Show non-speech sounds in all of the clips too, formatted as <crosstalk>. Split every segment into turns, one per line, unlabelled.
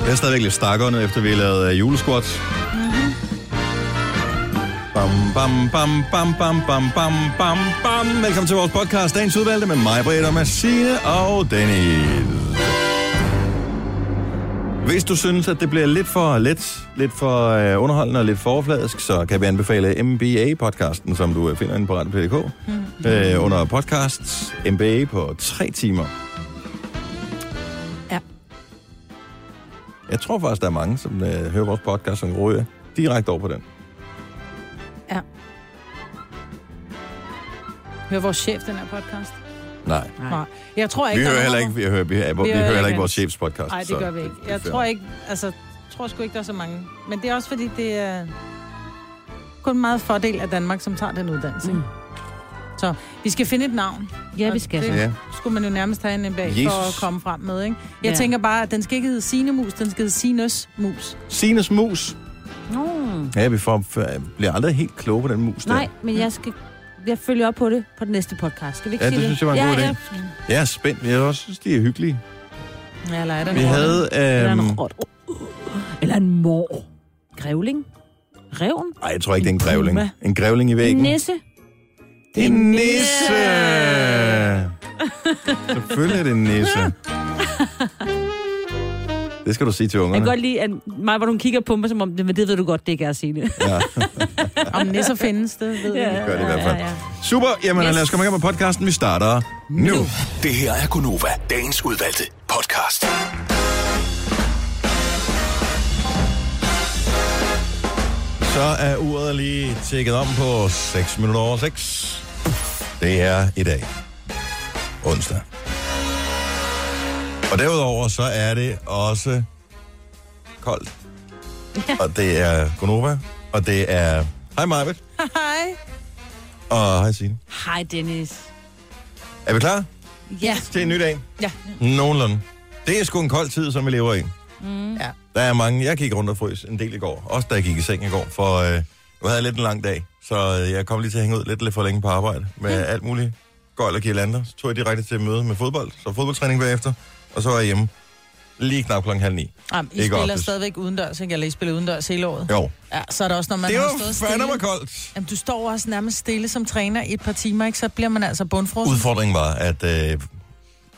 Jeg er stadigvæk lidt stakker nu, efter vi har lavet øh, julesquat. Bam, bam, bam, bam, bam, bam, bam, bam, bam. Velkommen til vores podcast, dagens udvalgte med mig, Britt og Massine og Daniel. Hvis du synes, at det bliver lidt for let, lidt for øh, underholdende og lidt for overfladisk, så kan vi anbefale MBA-podcasten, som du øh, finder inde på Radio.dk, mm. øh, under podcasts MBA på tre timer.
Ja.
Jeg tror faktisk, der er mange, som øh, hører vores podcast, som ryger direkte over på den.
Ja. Hører vores chef den her podcast?
Nej.
Nej. Jeg tror ikke,
Vi
der er
hører
nogen-
heller ikke, vi hører, vi, hører, vi, hører heller ikke vores chefs podcast.
Nej,
så
det gør vi ikke.
det er
Jeg
fair.
tror ikke, altså, tror sgu ikke, der er så mange. Men det er også fordi, det er kun en meget fordel af Danmark, som tager den uddannelse. Mm. Så vi skal finde et navn.
altså, Ja,
Og
vi skal
det
så.
Ja.
skulle man jo nærmest have en bag
Jesus.
for at komme frem med, ikke? Jeg
Ja.
tænker bare, at den skal ikke hedde Sinemus, den skal hedde Sinus Mus.
Sines mus.
Nå.
Ja, vi får, bliver aldrig helt kloge på den mus der.
Nej, men jeg skal... Jeg følger op på det på den næste podcast. Skal vi ikke
Ja,
sige
det
det?
synes jeg var en
ja,
god idé.
ja.
Jeg er spændt, men jeg også synes, de er hyggelige.
Ja, eller er der
Vi
nogen?
havde...
Eller en
Øhm,
rot. Eller en mor. Grævling. Revn.
ej, jeg tror ikke, det er en grævling. En grævling i væggen.
Nisse.
Det er en nisse! Selvfølgelig er det en nisse. Det skal du sige til
Jeg kan
ungerne.
godt lide, at mig, hvor hun kigger på mig, som om, men det ved du godt, det ikke er Signe.
Om nisser findes, det ved jeg.
Gør det i hvert fald. Super, jamen
Yes.
lad os komme i gang med podcasten. Vi starter nu. nu.
Det her er Gunova, dagens udvalgte podcast.
Så er uret lige tækket om på 6 minutter over 6. Det er i dag. Onsdag. Og derudover så er det også koldt. Og det er Gonova, og det er... Hej Marvitt,
Hej.
og hej Signe.
<laughs> Hej, Dennis.
Er vi klar
Ja.
til en ny dag?
Ja.
Nogenlunde. Det er sgu en kold tid, som vi lever i.
Ja.
Der er mange. Jeg gik rundt og frøs en del i går. Også da jeg gik i seng i går, for øh, nu havde jeg lidt en lang dag. Så øh, jeg kom lige til at hænge ud lidt, lidt for længe på arbejde med mm. alt muligt. Gøjl og girlander. Så tog jeg direkte til møde med fodbold. Så fodboldtræning bagefter. Og så var jeg hjemme. Lige knap klokken halv ni.
Jamen, I
Ikke
spiller
oftest.
stadigvæk udendørs, ikke? Eller I spiller udendørs hele året.
Jo.
Ja, så er der også, når man
Det
har
var
stået stille.
fandme koldt.
Jamen, du står også nærmest stille som træner i et par timer, ikke? Så bliver man altså bundfrosten.
Udfordringen var, at øh,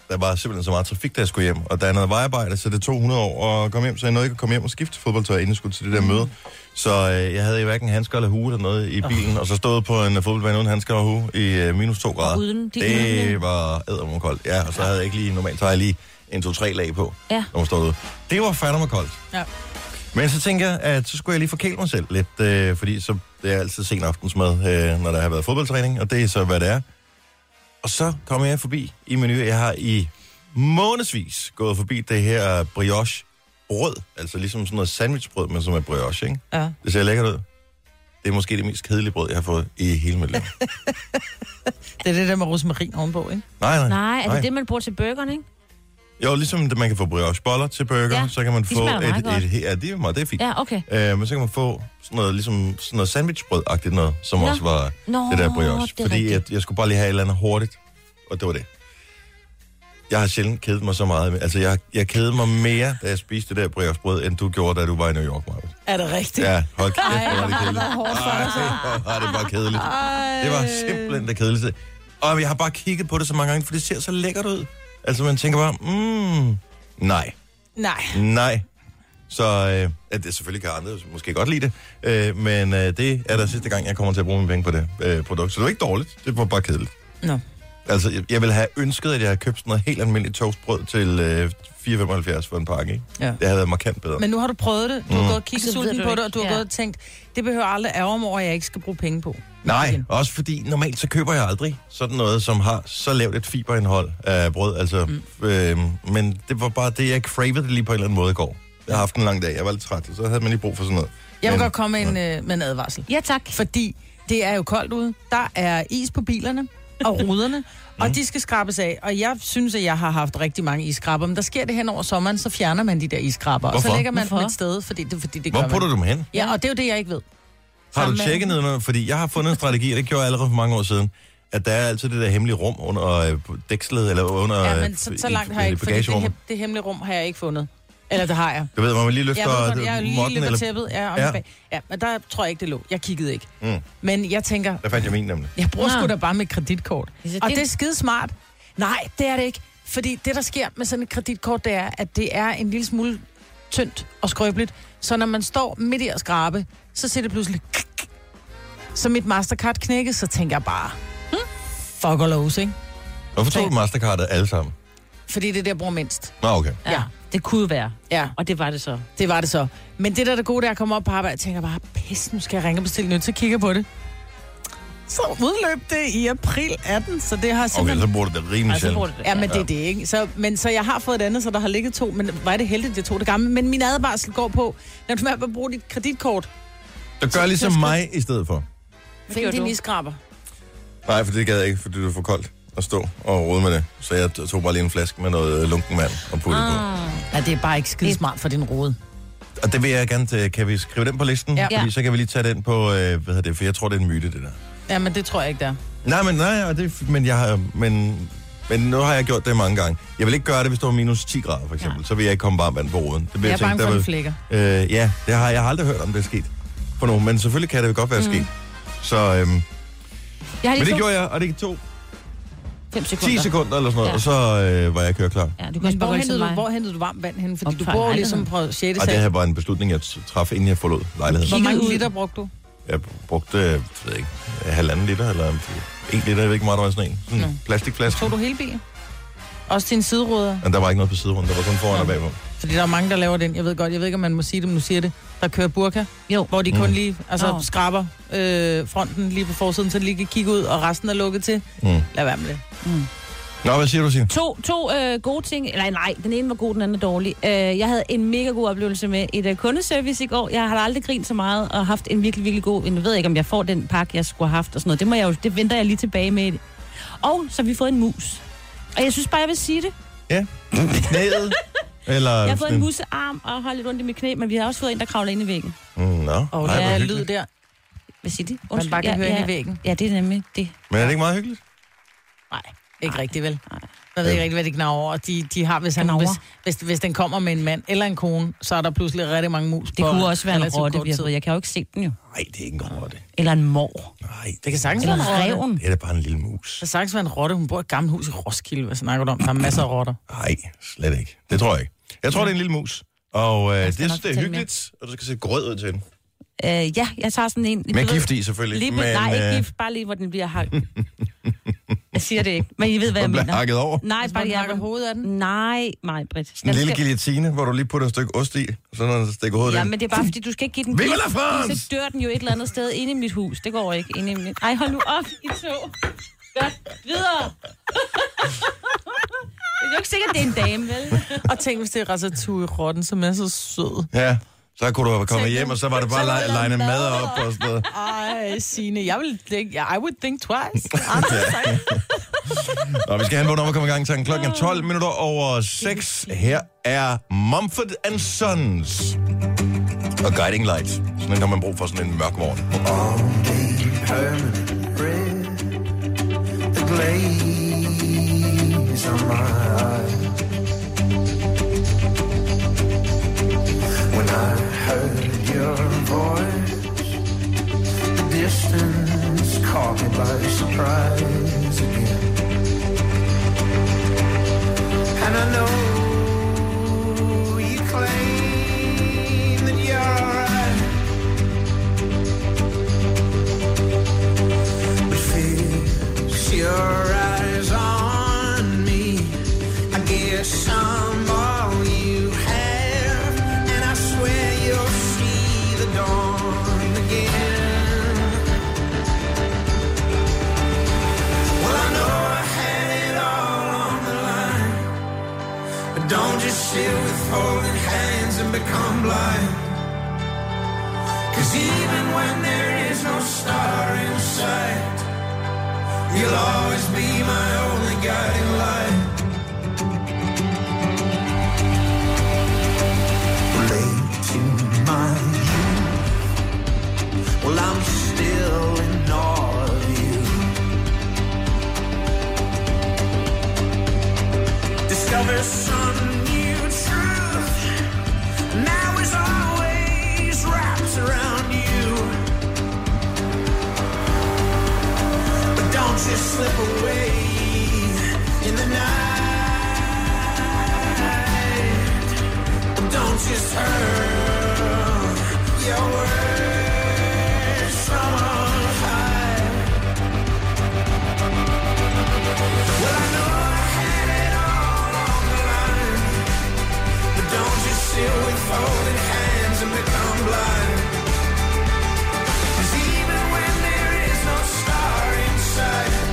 der var simpelthen så meget trafik, da jeg skulle hjem. Og der er noget vejarbejde, så det tog 100 år at komme hjem. Så jeg nåede ikke at komme hjem og skifte fodboldtøj, inden jeg skulle til det der møde. Så øh, jeg havde i hverken handsker eller hue eller noget i bilen. Og så stod på en øh, fodboldbane uden handsker og hue i øh, minus 2 grader.
uden- de uden,
det
ikke?
var ædermom koldt. Ja, og så havde jeg ikke lige normalt, så har jeg lige en, to, tre lag på,
Ja.
når man stod ude. Det var fandme koldt.
Ja.
Men så tænker jeg, at så skulle jeg lige forkæle mig selv lidt, øh, fordi så det er altid sen aftensmad, øh, når der har været fodboldtræning, og det er så, hvad det er. Og så kommer jeg forbi i menu. Jeg har i månedsvis gået forbi det her brioche brød, altså ligesom sådan noget sandwichbrød, men som er brioche, ikke?
Ja.
Det ser lækkert ud. Det er måske det mest kedelige brød, jeg har fået i hele
<laughs>
mit liv.
Det er det der med rosmarin ovenpå, ikke?
Nej, nej.
Nej, er det det, man bruger til burgeren, ikke?
Jo, ligesom det, man kan få brioche-boller til burger, ja,
Ja,
så kan man
de
få
smager
et,
meget godt.
et, et... Ja, det er meget, det er fint.
Ja, okay.
Øh, men så kan man få sådan noget, ligesom sådan noget sandwichbrød-agtigt noget, som
Nå.
også var
Nå,
det der brioche.
det er
fordi
rigtigt.
jeg, jeg skulle bare lige have et eller andet hurtigt, og det var det. Jeg har sjældent kedet mig så meget. Altså, jeg, jeg kedede mig mere, da jeg spiste det der briochebrød, end du gjorde, da du var i New York, Marvind.
Er det rigtigt?
Ja, hold kæft,
Ej,
hvor var det
hvor har det
kedeligt.
været hårdt for dig, så.
Ej, det var kedeligt. Det var simpelthen det kedeligste. Og jeg har bare kigget på det så mange gange, for det ser så lækkert ud. Altså, man tænker bare, mm, nej.
Nej.
Nej. Så øh, at det selvfølgelig kan andre måske godt lide det, øh, men øh, det er da sidste gang, jeg kommer til at bruge mine penge på det øh, produkt. Så det var ikke dårligt, det var bare kedeligt.
Nå.
Altså, jeg, jeg ville have ønsket, at jeg havde købt sådan noget helt almindeligt toastbrød til øh, 4,75 for en pakke, ikke?
Ja.
Det havde været markant bedre.
Men nu har du prøvet det.
Mm.
Du har gået og kigget
Så ved
sulten
du
på det,
ikke.
og du har
Ja.
gået og tænkt, det behøver aldrig ærge mig over, at jeg ikke skal bruge penge på.
Nej, også fordi normalt så køber jeg aldrig sådan noget, som har så lavt et fiberindhold af brød. Altså, mm. øh, men det var bare det, jeg cravede det lige på en eller anden måde i går. Jeg har haft en lang dag, jeg var lidt træt, så havde man lige brug for sådan noget.
Jeg vil
Men-
godt komme med en, øh, med en advarsel.
Ja, tak.
Fordi det er jo koldt ude. Der er is på bilerne
<laughs>
og ruderne, og de skal skrabes af. Og jeg synes, at jeg har haft rigtig mange iskrabber, men der sker det hen over sommeren, så fjerner man de der iskrabber. Og
Hvorfor?
så lægger man dem
Hvorfor?
et sted, fordi det, fordi det
Hvor
gør man.
putter du dem hen?
Ja, og det er jo det, jeg ikke ved.
Har du
Sammen med-
tjekket noget? nu? Fordi jeg har fundet en strategi, og det gjorde jeg allerede for mange år siden, at der er altid det der hemmelige rum under øh, dækslet, eller under
Ja, men så, så langt har jeg ikke, fordi det, he- det hemmelige rum har jeg ikke fundet. Eller det har jeg.
Du ved, hvor man lige løfter
Jeg ved godt,
øh,
jeg er lige
modden,
lidt på
eller...
tæppet. Ja, om
Ja.
ja. Bag. ja, men der tror jeg ikke, det lå. Jeg kiggede ikke.
Mm,
Men jeg tænker,
der fandt jeg min nemlig.
jeg bruger
Nå.
sgu da bare mit kreditkort.
Så
Og
det-
det er skide smart. Nej, det er det ikke. Fordi det, der sker med sådan et kreditkort, det er, at det er en lille smule tyndt og skrøbeligt. Så når man står midt i at skrabe, så ser det pludselig... klik. Så mit Mastercard knækkede, så tænker jeg bare... hmm, Fuck og lose, ikke?
Hvorfor tog du Mastercardet alle sammen?
Fordi det er det, jeg bruger mindst.
Nå, okay.
Ja.
Ja.
Det kunne være.
Ja,
Og det var det så.
det var det så. Men det der er det gode, der er at komme op på arbejde, jeg tænker bare, pis, nu skal jeg ringe og bestille nyt, så kigger jeg på det. Så udløb det i april 18, så det har
Okay,
simpelthen...
så bruger du det rimelig
Altså,
sjældent.
bruger du det.
Ja, men det er det, ikke? Så, men, så jeg har fået et andet, så der har ligget to, men var det heldigt, det to det gamle. Men min advarsel går på, når du med at bruge dit kreditkort,
Så gør ligesom mig i stedet for.
find
gjorde
din
du?
iskraber.
Nej, for det gad jeg ikke, fordi det var for koldt at stå og rode med det. Så jeg t- tog bare lige en flaske med noget øh, lunken vand og puttede ah. på.
Ja, det er bare ikke skide smart for din rode.
Og det vil jeg gerne til. Kan vi skrive den på listen?
Ja.
Fordi så kan vi lige tage den på, øh, hvad hedder det, for jeg tror, det er en myte, det der.
Ja, men det tror jeg ikke, der.
Nej, men, nej, og det, men, jeg har, men, men nu har jeg gjort det mange gange. Jeg vil ikke gøre det, hvis det var minus 10 grader, for eksempel. Ja. Så vil jeg ikke komme varmt vand på roden. Det vil
Jeg er bange
der
for, den
vil-
flækker.
Øh, ja, det har jeg har aldrig hørt om, det er sket for nogen. Men selvfølgelig kan det jo godt være mm. sket. Så, øhm,
Jeg har
men
lige
det
to,
gjorde jeg, og det tog
5 sekunder.
10 sekunder eller sådan noget, ja.
Ja.
og så øh, var jeg køreklar.
Ja, du kan
Men
også bare
hvor
holde som
hentede, du,
mig.
hvor hentede du varmt vand hen? Fordi
Op
du
fra
bor jo
lejligheden.
ligesom på 6.
Og det
sal.
her var en beslutning, jeg t- traf, inden jeg forlod lejligheden.
Hvor
Kigget
mange
ud.
liter brugte du?
Jeg brugte, øh, jeg ved ikke, halvanden liter, eller en liter, jeg ved ikke, hvor meget der var i sådan en. Sådan en plastikflaske.
Tog du hele bilen? Også dine sideruder?
Men der var ikke noget på siderunden, der var kun foran
Nå.
og bagpå.
Fordi der er mange, der laver den. Jeg ved godt, jeg ved ikke, om man må sige det, men nu siger jeg det. Der kører burka,
Jo.
hvor de kun
Mm.
lige altså,
Nå.
skraber øh, fronten lige på forsiden, så de lige kan kigge ud, og resten er lukket til.
Mm.
Lad være med det.
Nå, hvad siger du, Signe?
To, to øh, gode ting. Nej, nej, den ene var god, den anden er dårlig. Øh, jeg havde en mega god oplevelse med et øh, kundeservice i går. Jeg har aldrig grint så meget og haft en virkelig, virkelig god... Jeg ved ikke, om jeg får den pakke, jeg skulle have haft og sådan noget. Det, må jeg jo, det venter jeg lige tilbage med. Og så har vi fået en mus. Og jeg synes bare, jeg vil sige det.
Ja. Knæet? Eller
Jeg har fået
sådan-
en musearm og har lidt ondt i mit knæ, men vi har også fået en, der kravler ind i væggen.
Mm, Nå,
Og
Ej,
der
hvor
er lyd
hyggeligt.
der,
Hvad siger de?
man bare kan
ja,
høre
ja,
ind i væggen.
Ja, det er nemlig det.
Men er det ikke meget hyggeligt?
Nej.
Ikke rigtigt, vel?
Nej.
Jeg ved
Ja.
ikke rigtig, hvad de gnaver over. De, de har, hvis, han,
Gnaver?
hvis, hvis, hvis den kommer med en mand eller en kone, så er der pludselig rigtig mange mus
Det
på
kunne også være en
relativt
rotte,
kort
vi har
tid.
fået. Jeg kan jo ikke se den jo.
Nej, det er ikke en rotte.
Eller en mor.
Nej,
Det kan sagtens
Eller
være
en
en rotte.
ræven.
Det er da bare en lille mus.
Det kan sagtens være en rotte. Hun bor i et gammelt hus i Roskilde. Hvad snakker du om? Der er masser af rotter.
Nej, slet ikke. Det tror jeg ikke. Jeg tror, det er en lille mus. Og øh, det, jeg
skal
synes,
nok
det er
fortælle
hyggeligt, og du skal se grød ud til den.
Øh, ja, jeg tager sådan en...
Med
Du ved-
gift i, selvfølgelig.
Lige,
men,
men, nej, ikke
øh,
gift, bare lige, hvor den bliver
<laughs>
hakket. jeg siger det ikke, men I ved,
den
hvad jeg
bliver
mener.
hakket over.
Nej,
Hvis
bare
man
lige
hakker hovedet af den.
Nej, nej, Britt.
Sådan en lille guillotine, hvor du lige putter et stykke ost i, og så når den stikker hovedet
Ja,
ind.
men det er bare, fordi du skal ikke give den
Vive
gift,
la France!
fordi Så dør den jo et eller andet sted inde i mit hus. Det går ikke inde i mit... Ej, hold nu op, I to. Godt, videre. <laughs> det er jo ikke sikkert, det er en dame, vel?
Og tænk, hvis det er ratatouille rotten, som er så sød.
Ja, så kunne du have kommet
Tænk,
hjem, og så var det bare
så var
at
der
line
mad
mad op
og-
og sådan noget.
Ej, Signe, jeg vil think, I would think
<laughs>
twice. Ah, I'm so sorry.
Nå, vi skal have en vågen om at komme i gang til den. klokken er 12 minutter over 6. Her er Mumford and Sons. Og Guiding Light. Sådan en har man brug for sådan en mørk morgen.
permanent red. The glaze on my eyes. When I heard your voice, the distance caught me by surprise again. And I know you claim that you're alright. But fix your eyes on me. I guess I'm all you have, and I swear you'll see the dawn again. Well, I know I had it all on the line, but don't just sit with folded hands and become blind. Cause even when there is no star in sight, you'll always be my only guiding light. Late to my youth, well, I'm still in awe of you. Discover some new truth just heard your words from on high. Well, I know I had it all on the line, but don't you sit with folded hands and become blind. 'Cause even when there is no star in sight,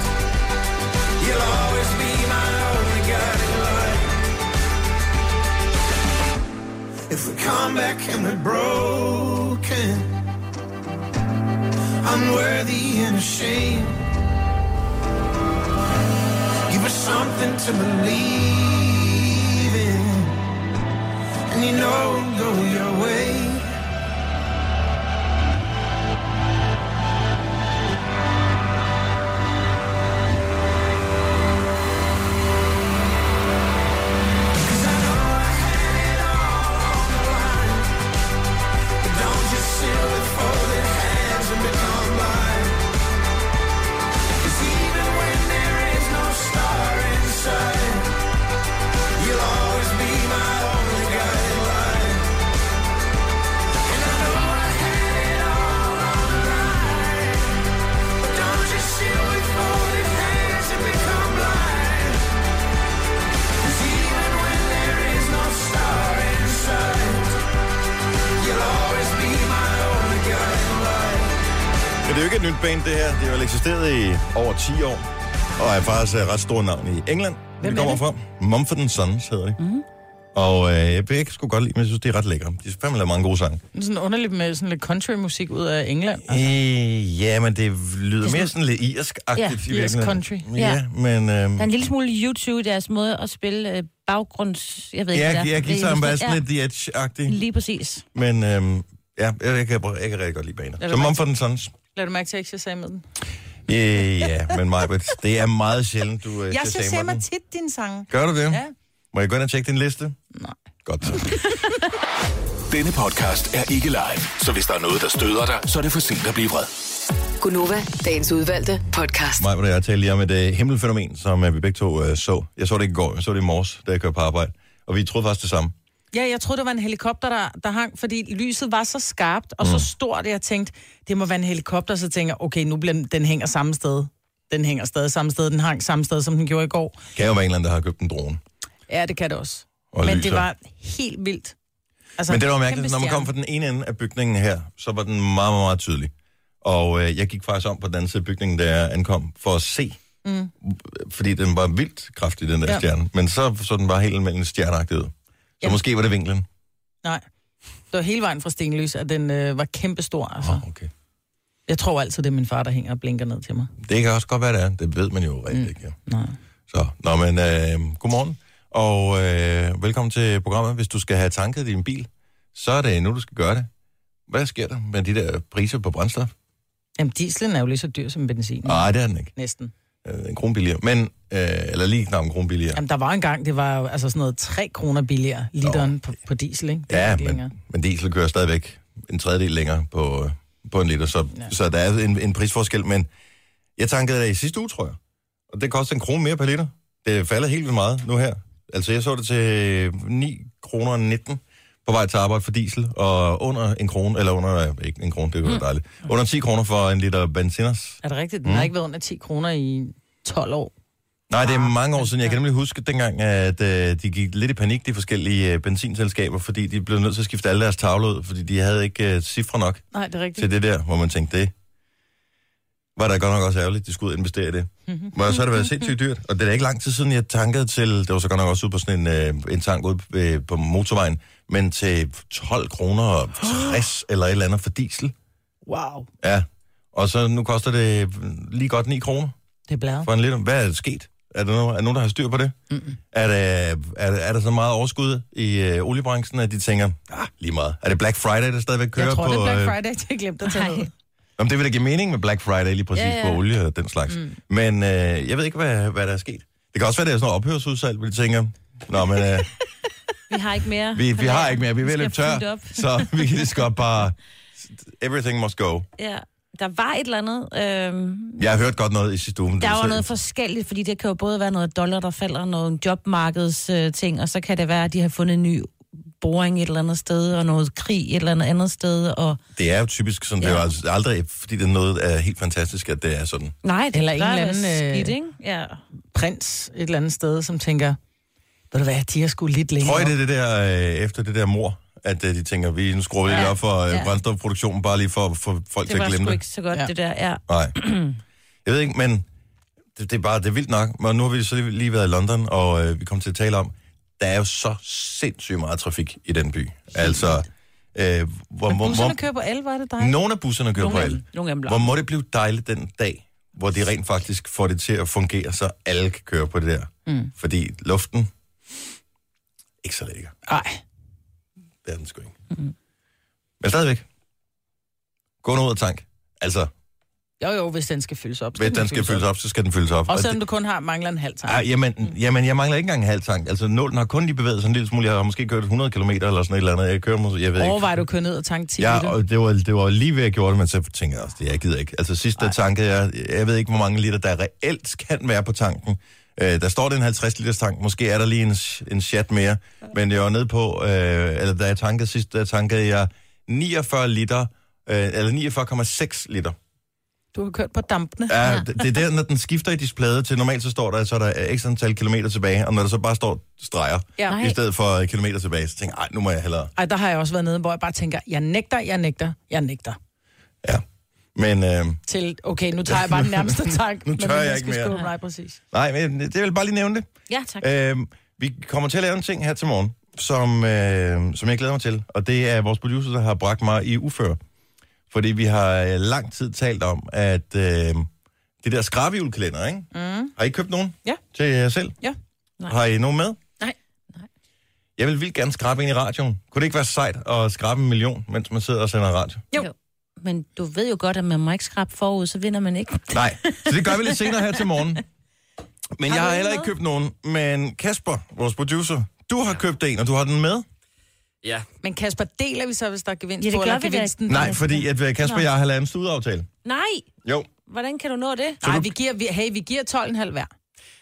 you'll always be my only guiding light. If we come back and we're broken, unworthy and ashamed, give us something to believe in, and you know it'll go your way. Cause I know I had it all on the line. But don't just sit with folded hands and become blind. 'Cause even when there is no star in sight, you'll always be my only guiding light. And I know I had it all on the line. But don't just sit with folded hands and become blind. Cause even when there is no star in sight, you'll always be my only guiding light.
Men det er jo ikke et nyt band, det her. Det har vel eksisteret i over 10 år, og er faktisk et ret stort navn i England.
Hvem
det
er
kommer
det?
fra. Mumford and Sons hedder det. Mm. Og øh, jeg kan sgu godt lide, men jeg synes, det er ret lækkert. De har fandme lavet mange gode sange.
Sådan underligt med sådan lidt country-musik ud af England.
Øh, ja, men det lyder mere sådan lidt irsk-agtigt.
Ja,
i
irsk
virkeligheden.
country.
Ja, men... Øh,
Der er en lille smule YouTube i deres måde at spille øh, baggrunds... Jeg ved ikke,
ja,
hvad det er.
ja, guitaren
Det
var
er
sådan lidt The Edge-agtig.
Lige præcis.
Men øhm, ja, jeg, jeg, kan, jeg kan rigtig godt lide baner.
det
Så Mumford and Sons.
Lad du mærke til, at jeg sagde med den?
Øh, ja, men Majbert, det er meget sjældent, du øh,
Jeg
shazamer
sagde mig
den.
tit din sang.
Gør du det?
Ja.
Må jeg gå ind og tjekke din liste?
Nej.
Godt. så.
Denne podcast er ikke live, så hvis der er noget, der støder dig, så er det for sent at blive vred.
Gunova, dagens udvalgte podcast.
Majbert og jeg talte lige om et øh, himmelfænomen, som øh, vi begge to øh, så. Jeg så det ikke i går, jeg så det i morges, da jeg kørte på arbejde. Og vi troede faktisk det samme.
Ja, jeg troede, det var en helikopter, der, der hang, fordi lyset var så skarpt og
Mm.
så stort, at jeg tænkte, det må være en helikopter. Så tænker jeg, okay, nu bliver den, den hænger samme sted. Den hænger stadig samme sted. Den hang samme sted, som den gjorde i går.
Kan jo være en eller anden, der har købt en drone.
Ja, det kan det også.
Og
Men
lyser.
det var helt vildt. Altså,
Men det der var
kæmpe
mærkeligt, når man kom
stjerne.
fra den ene ende af bygningen her, så var den meget, meget, meget tydelig. Og øh, jeg gik faktisk om på den anden side af bygningen, da jeg ankom, for at se. Mm. Fordi den var vildt kraftig, den der ja.
Ja.
stjerne. Men så, så den var helt almindelig stjerneagtig ud. Så
Ja.
måske var det vinklen.
Nej. Det var hele vejen fra Stenløs, at den øh, var kæmpestor. Altså.
Oh, okay.
Jeg tror altid, det er min far, der hænger og blinker ned til mig.
Det kan også godt være, det er. Det ved man jo rigtig mm. ikke. Jo.
Nej.
Så, nå, men øh, godmorgen. Og øh, velkommen til programmet. Hvis du skal have tanket din bil, så er det nu, du skal gøre det. Hvad sker der med de der priser på brændstof?
Jamen, dieselen er jo lige så dyr som benzin.
Nej, det er den ikke.
Næsten.
øh, en krone billigere, men, øh, eller lige knap en krone billigere.
Jamen, der var en gang, det var jo altså sådan noget 3 kroner billigere literen på, på diesel, ikke? Det er
ja,
ikke
men,
længere.
men diesel kører stadigvæk en tredjedel længere på, øh, på en liter, så, ja. så der er en, en prisforskel, men jeg tankede det i sidste uge, tror jeg, og det koster en krone mere per liter. Det falder helt vildt meget nu her. Altså, jeg så det til 9 kroner 19 på vej til arbejde for diesel, og under en krone, eller under, øh, ikke en krone, det var mm. dejligt, under 10 kroner for en liter benziners.
Er det rigtigt?
Mm.
Den har ikke været under 10 kroner i 12 år.
Nej, det er mange år siden. Jeg kan nemlig huske dengang, at øh, de gik lidt i panik, de forskellige øh, benzinselskaber, fordi de blev nødt til at skifte alle deres tavler ud, fordi de havde ikke øh, cifre nok
Nej, det er rigtigt.
til det der, hvor man tænkte, det var da godt nok også ærgerligt, de skulle ud og investere i det. Men så har det været sindssygt dyrt, og det er da ikke lang tid siden, jeg tankede til, det var så godt nok også ud på sådan en, øh, en tank ude øh, på motorvejen, men til 12 kroner og 60 eller et eller andet for diesel.
Wow.
Ja, og så nu koster det øh, lige godt 9 kroner
Det er blæret.
for en liter. Hvad er der sket? Er der nogen, er der, nogen, der har styr på det? Mm-mm. Er, der, er, der- er der så meget overskud i øh, oliebranchen, at de tænker, ah, lige meget. Er det Black Friday, der stadigvæk kører
Jeg tror,
på...
det er Black
øh,
Friday, jeg glemte at tage
Nej.
noget.
Jamen, det vil da give mening med Black Friday lige præcis
Ja,
ja,
ja.
på olie og den slags. Mm. Men øh, jeg ved ikke, hvad, hvad der er sket. Det kan også være, det er sådan noget ophørsudsalg, hvor de tænker, Nå, men øh,
Vi har ikke mere.
vi, vi har
lager.
ikke mere, vi er ved at løbe
skal have fyldt
tør,
op.
så vi kan lige så godt bare... Everything must go.
Ja. Der var et eller andet. Øhm,
Jeg har hørt godt noget i sidste uge. men
der
du
var
selv-
noget forskelligt, fordi det kan jo både være noget dollar, der falder, noget jobmarkedsting, øh, ting, og så kan det være, at de har fundet en ny boring et eller andet sted, og noget krig et eller andet andet sted, og...
Det er jo typisk sådan, ja. det er jo altså aldrig, fordi det er noget er helt fantastisk, at det er sådan.
Nej, det
Eller
eller
en
der er
eller
noget
anden, øh,
skidt, ikke? Ja.
prins et eller andet sted, som tænker, ved du hvad, de har sgu lidt længere.
Tror I det er det der, øh, efter det der mor, at øh, de tænker, vi nu skruer vi lidt
Ja,
op for øh,
ja.
brændstofproduktionen, bare lige for at få folk
Det
til at
var
glemme
sgu
det?
ikke så godt,
Ja.
ja. det der. Ja. <clears throat>
Nej. Jeg ved ikke, men det, det er bare, det er vildt nok. Men nu har vi så lige- lige været i London, og øh, vi kom til at tale om, der er jo så sindssygt meget trafik i den by. Altså, øh, hvor,
Men
hvor,
busserne
hvor,
kører på el, var det dig?
nogle af busserne kører på
Nogle af
el.
dem, nogle af dem
Hvor
lader.
må det blive dejligt den dag, hvor de rent faktisk får det til at fungere, så alle kan køre på det der. Mm. Fordi luften, ikke så lækker.
Nej.
Det er den sgu ikke. Mm. Men stadigvæk. Gå nu ud og tank. Altså,
Jo, jo, hvis den skal fyldes op.
hvis den skal fyldes op, så skal den fyldes op.
Og
Og
selvom du kun har mangler en halv tank.
Ah, jamen, jamen, jeg mangler ikke engang en halv tank. Altså, nålen har kun lige bevæget sig en lille smule. Jeg har måske kørt 100 km eller sådan et eller andet. Jeg kører, mås- jeg ved ikke.
Overvej, du kører ned og tanke 10
Ja,
liter.
og det var, det var lige ved, at jeg gjorde det, men så tænkte jeg også, det jeg gider ikke. Altså sidst der tankede jeg, jeg ved ikke, hvor mange liter der reelt kan være på tanken. Øh, der står det en 50 liters tank, måske er der lige en, en chat mere, men jeg var nede på, øh, eller da jeg tankede sidst, der tankede jeg 49 liter, øh, eller 49,6 liter.
Du har kørt på dampene.
Ja, det, det er der, når den skifter i displayet til, normalt så står der, så er der ekstra antal kilometer tilbage, og når der så bare står streger,
Ja.
ja. i stedet for øh, kilometer tilbage, så tænker jeg, "Ej, nu må jeg hellere.
Ej, der har jeg også været nede, hvor jeg bare tænker, jeg nægter, jeg nægter, jeg nægter.
Ja. Men, øh,
Til, okay, nu tager jeg bare den nærmeste tank.
<laughs> Nu
men
tør jeg
den
ikke
skal
mere.
skubbe- Nej, præcis.
nej, men det vil jeg bare lige nævne det.
ja, tak.
Øhm, vi kommer til at lave en ting her til morgen, som, øh, som jeg glæder mig til. Og det er vores producer, der har bragt mig i ufør. Fordi vi har øh, lang tid talt om, at øh, det der skrabehjulkalender, ikke? Mm. Har I købt nogen?
Ja.
Til jer selv?
Ja.
Nej. Har I nogen med?
Nej.
Jeg vil vildt gerne skrabe en i radioen. Kunne det ikke være sejt at skrabe en million, mens man sidder og sender radio?
Jo.
Men du ved jo godt, at man må ikke skrabe forud, så vinder man ikke.
Nej, så det gør vi lidt senere her til morgen. Men
Har
jeg
du
har
en
heller ikke
med?
købt nogen. Men Kasper, vores producer, du har købt en, og du har den med.
Ja,
Men Kasper, deler vi så, hvis der er gevinst
Ja, det
på, eller
gør vi da.
gevinsten?
Nej, fordi at øh, Kasper og jeg har lavet en studieaftale.
Nej!
Jo.
Hvordan kan du nå det?
Nej, vi giver, vi, hey, vi giver 12,5 hver.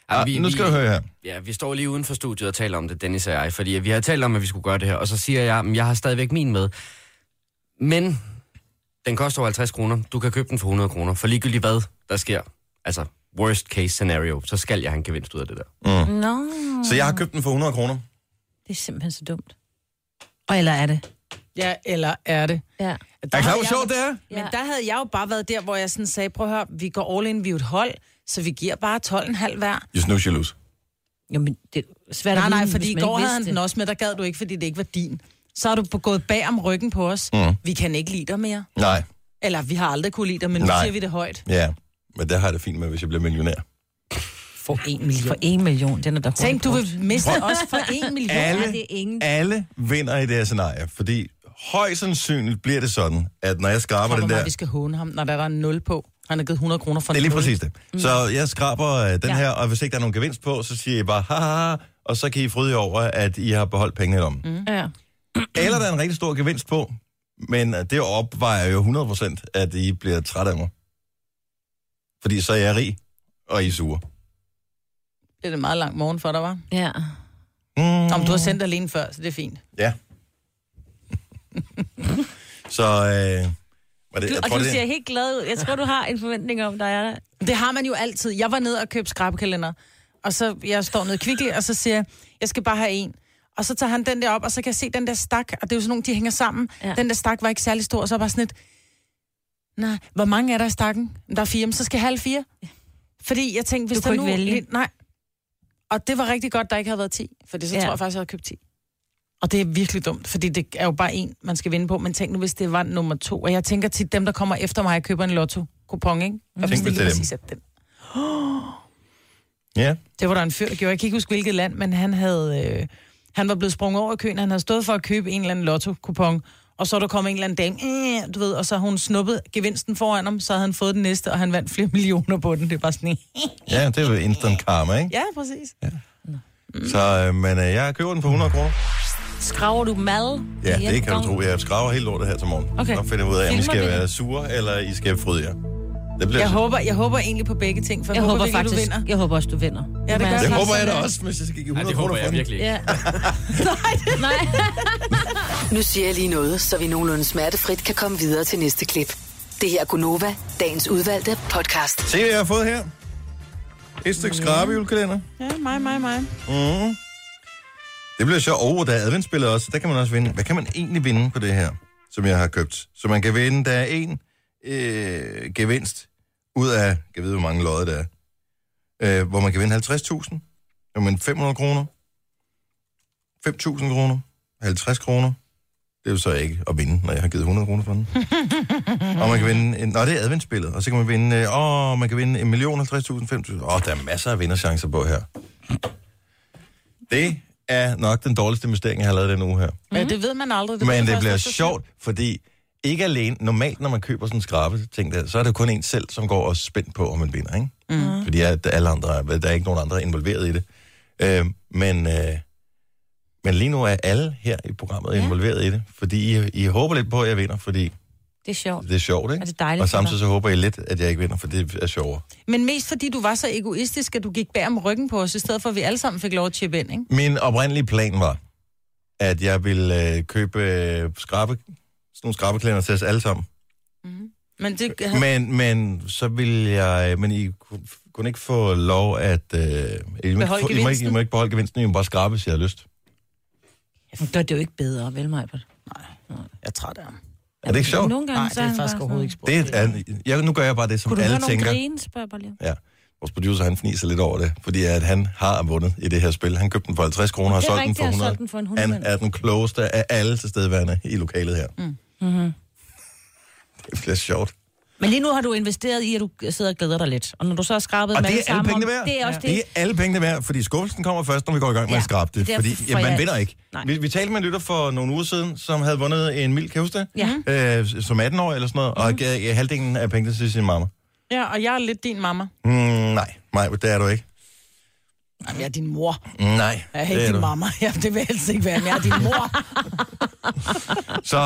Ej,
Ah, nu skal du høre her.
Ja, vi står lige uden for studiet og taler om det, Dennis og jeg, fordi vi har talt om, at vi skulle gøre det her, og så siger jeg, at jeg har stadigvæk min med. Men den koster jo 50 kroner. Du kan købe den for 100 kroner, for ligegyldigt hvad der sker. Altså, worst case scenario, så skal jeg have en gevinst ud af det der.
Nå,
Så jeg har købt den for 100 kroner.
det er simpelthen så dumt. Og eller er det?
Ja, eller er det?
Ja.
Er I klar, hvor sjovt det er?
Men der havde jeg jo bare været der, hvor jeg sådan sagde, prøv at høre, vi går all in, vi er jo et hold, så vi giver bare 12,5 hver.
You snooze, you lose.
Jamen, det er svært
Nej,
at
nej,
vide,
fordi i
hvis man
går
ikke
havde han
vidste
den
det.
også med, der gad du ikke, fordi det ikke var din. Så har du på- gået bag om ryggen på os. Mm. Vi kan ikke lide dig mere.
Nej,
Eller vi har aldrig kunne lide dig, men nu
Nej.
siger vi det højt.
ja. Men det har jeg det fint med, hvis jeg bliver millionær.
For en million.
For en million, den er der
Tænk, du vil miste os for
<laughs>
en million.
Alle,
er det ingen.
alle vinder i det her scenarie, fordi højst sandsynligt bliver det sådan, at når jeg skraber
Hvor
den der...
meget vi skal håne ham, når der er 0 på. Han har givet 100 kroner for
Det er lige
nul.
præcis det. Så jeg skraber øh, den
Mm. Ja.
her, og hvis ikke der er nogen gevinst på, så siger I bare, haha, og så kan I fryde jer over, at I har beholdt pengene om. Mm.
Ja.
Eller der er en rigtig stor gevinst på, men øh, det opvejer jo 100%, at I bliver træt af mig. Fordi så er jeg rig, og I er sure.
Det er det en meget lang morgen for dig, var.
ja.
Mm.
Om du har sendt alene før, så det er fint.
Ja. <laughs> så, øh, var det,
Du,
jeg
og
tror,
du
det,
ser helt glad ud. Jeg tror, du har en forventning om, der er der.
Det har man jo altid. Jeg var nede og købte skrabkalender, og så jeg står nede kvickly, og så siger jeg, jeg skal bare have en. Og så tager han den der op, og så kan jeg se den der stak, og det er jo sådan nogle, de hænger sammen. Ja.
Ja.
Den der stak var ikke særlig stor, og så var jeg bare sådan et, nej, hvor mange er der i stakken? Der er fire, men så skal jeg have alle fire. Fordi jeg tænkte, hvis
Du
der
kunne
nu...
ikke vælge.
Nej. Og det var rigtig godt, der ikke havde været 10, for så ja.
Ja.
tror jeg faktisk, jeg havde købt 10. Og det er virkelig dumt, fordi det er jo bare en, man skal vinde på. Men tænk nu, hvis det var nummer to. Og jeg tænker tit, dem, der kommer efter mig, jeg køber en lotto-kupon, ikke? Jeg
hvis
bestiller
det er dem.
præcis, at den.
ja.
Det var der en fyr, der gjorde. Jeg kan ikke huske, hvilket land, men han havde... Øh, han var blevet sprunget over i køen. Han havde stået for at købe en eller anden lotto-kupon. Og så er der kommet en eller anden dame, øh, du ved, og så har hun snuppet gevinsten foran ham, så havde han fået den næste, og han vandt flere <laughs> millioner på den. Det var sådan en...
ja, det er jo instant karma, ikke?
<laughs> Ja, præcis.
Ja. Så, øh, men øh, jeg køber den for 100 kroner.
Skraver du mad?
Ja, det kan du tro. Jeg skraver helt lortet her til morgen.
Okay.
Så finder jeg ud af, om I
Filmer
skal
vi det?
være sure, eller I skal fryde jer. Det bliver
Jeg
så-
håber, jeg håber egentlig på begge ting, for jeg,
Jeg håber
virkelig,
faktisk,
du vinder.
jeg håber også, du vinder.
Ja, det gør
det
jeg.
håber jeg da
sådan,
også, hvis jeg skal give
Nej,
100
det
kroner
håber
for
jeg
den.
<laughs>
virkelig ikke.
Ja. Nej,
Nu siger jeg lige noget, så vi nogenlunde smertefrit kan komme videre til næste klip. Det her er Gunova, dagens udvalgte podcast.
Se, hvad jeg har fået her. Et stykke skrabe julekalender.
Ja, mig, mig, mig.
Det bliver sjovt. Og der er adventsbilleder også. Der kan man også vinde. Hvad kan man egentlig vinde på det her, som jeg har købt? Så man kan vinde, der er en øh, gevinst ud af, jeg ved, hvor mange lodder der er, øh, hvor man kan vinde 50.000, jamen 500 kroner, 5.000 kroner, 50 kroner. Det er jo så ikke at vinde, når jeg har givet 100 kroner for den. og man kan vinde... En, nå, det er adventsbilledet. Og så kan man vinde... øh, Åh, man kan vinde en million, 50.000, 5.000. Åh, der er masser af vinderchancer på her. Det er nok den dårligste investering, jeg har lavet den uge her.
Ja, det ved man aldrig.
Men
ved man
det
først
bliver
efter-
sjovt, fordi ikke alene, normalt når man køber sådan en skrabe ting der, så er det kun en selv, som går og er spændt på, om man vinder, ikke? Mm. Fordi at alle andre, er- der er ikke nogen andre involveret i det. Øh, men, øh, men lige nu er alle her i programmet ja. involveret i det, fordi I, I håber lidt på, at jeg vinder, fordi
det er sjovt.
det er sjovt, ikke?
Og det er dejligt
og
for
samtidig så håber jeg lidt, at jeg ikke vinder, for det er sjovere.
Men mest fordi du var så egoistisk, at du gik bag om ryggen på os, i stedet for at vi alle sammen fik lov at chippe ind, ikke?
Min oprindelige plan var, at jeg ville øh, købe øh, skrabe, sådan nogle skrabeklænder til os alle sammen.
Men det,
Men, men så vil jeg... Men I ku- kunne ikke få lov at... Øh, I, må ikke,
Beholde
få- I, må ikke, I
gevinsten?
må ikke beholde gevinsten, I må bare skrabe, hvis jeg har lyst.
Men Gør det jo ikke bedre, vel, Majbert?
jeg er træt af ham.
Er det ikke sjovt?
Nogle gange,
Nej, det
så
er
han
faktisk
bare
overhovedet ikke
sådan,
spurgt.
Det er, jeg, nu gør jeg bare det, som
Kunne du
alle
høre nogle
tænker.
grine, spørger jeg bare lige.
Ja. Vores producer, han fniser lidt over det, fordi at han har vundet i det her spil. Han købte den for 50 kroner og
Det er
solgte den
rigtigt,
for
jeg har
100.
solgt den for en
han
hundrede.
er den klogeste af alle tilstedeværende i lokalet her. Mm. Mm-hmm. <laughs> det bliver sjovt.
Men lige nu har du investeret i, at du sidder og glæder dig lidt. Og når du så har skrabet
Og
dem
det er
alle
alle
sammen,
pengene værd.
Det er også
Det er alle pengene værd, fordi skuffelsen kommer først, når vi går i gang med
Ja,
at skrabe det.
det er
Fordi
derfor,
ja, man
jeg-
vinder ikke.
Nej.
Vi, vi talte med en lytter for nogle uger siden, som havde vundet en mild kævste,
Ja. Mhm.
øh, som 18 år eller sådan noget, og gav ja, halvdelen af pengene til sin mamma.
Ja, og jeg er lidt din mamma.
Mm, nej, nej, det er du ikke. Mm,
Jamen, jeg er din mor.
Nej,
Jeg er
det
ikke
er
din
du.
mamma. <laughs> Ja, det vil jeg helst ikke være, men jeg er din
<laughs>
mor.
Så,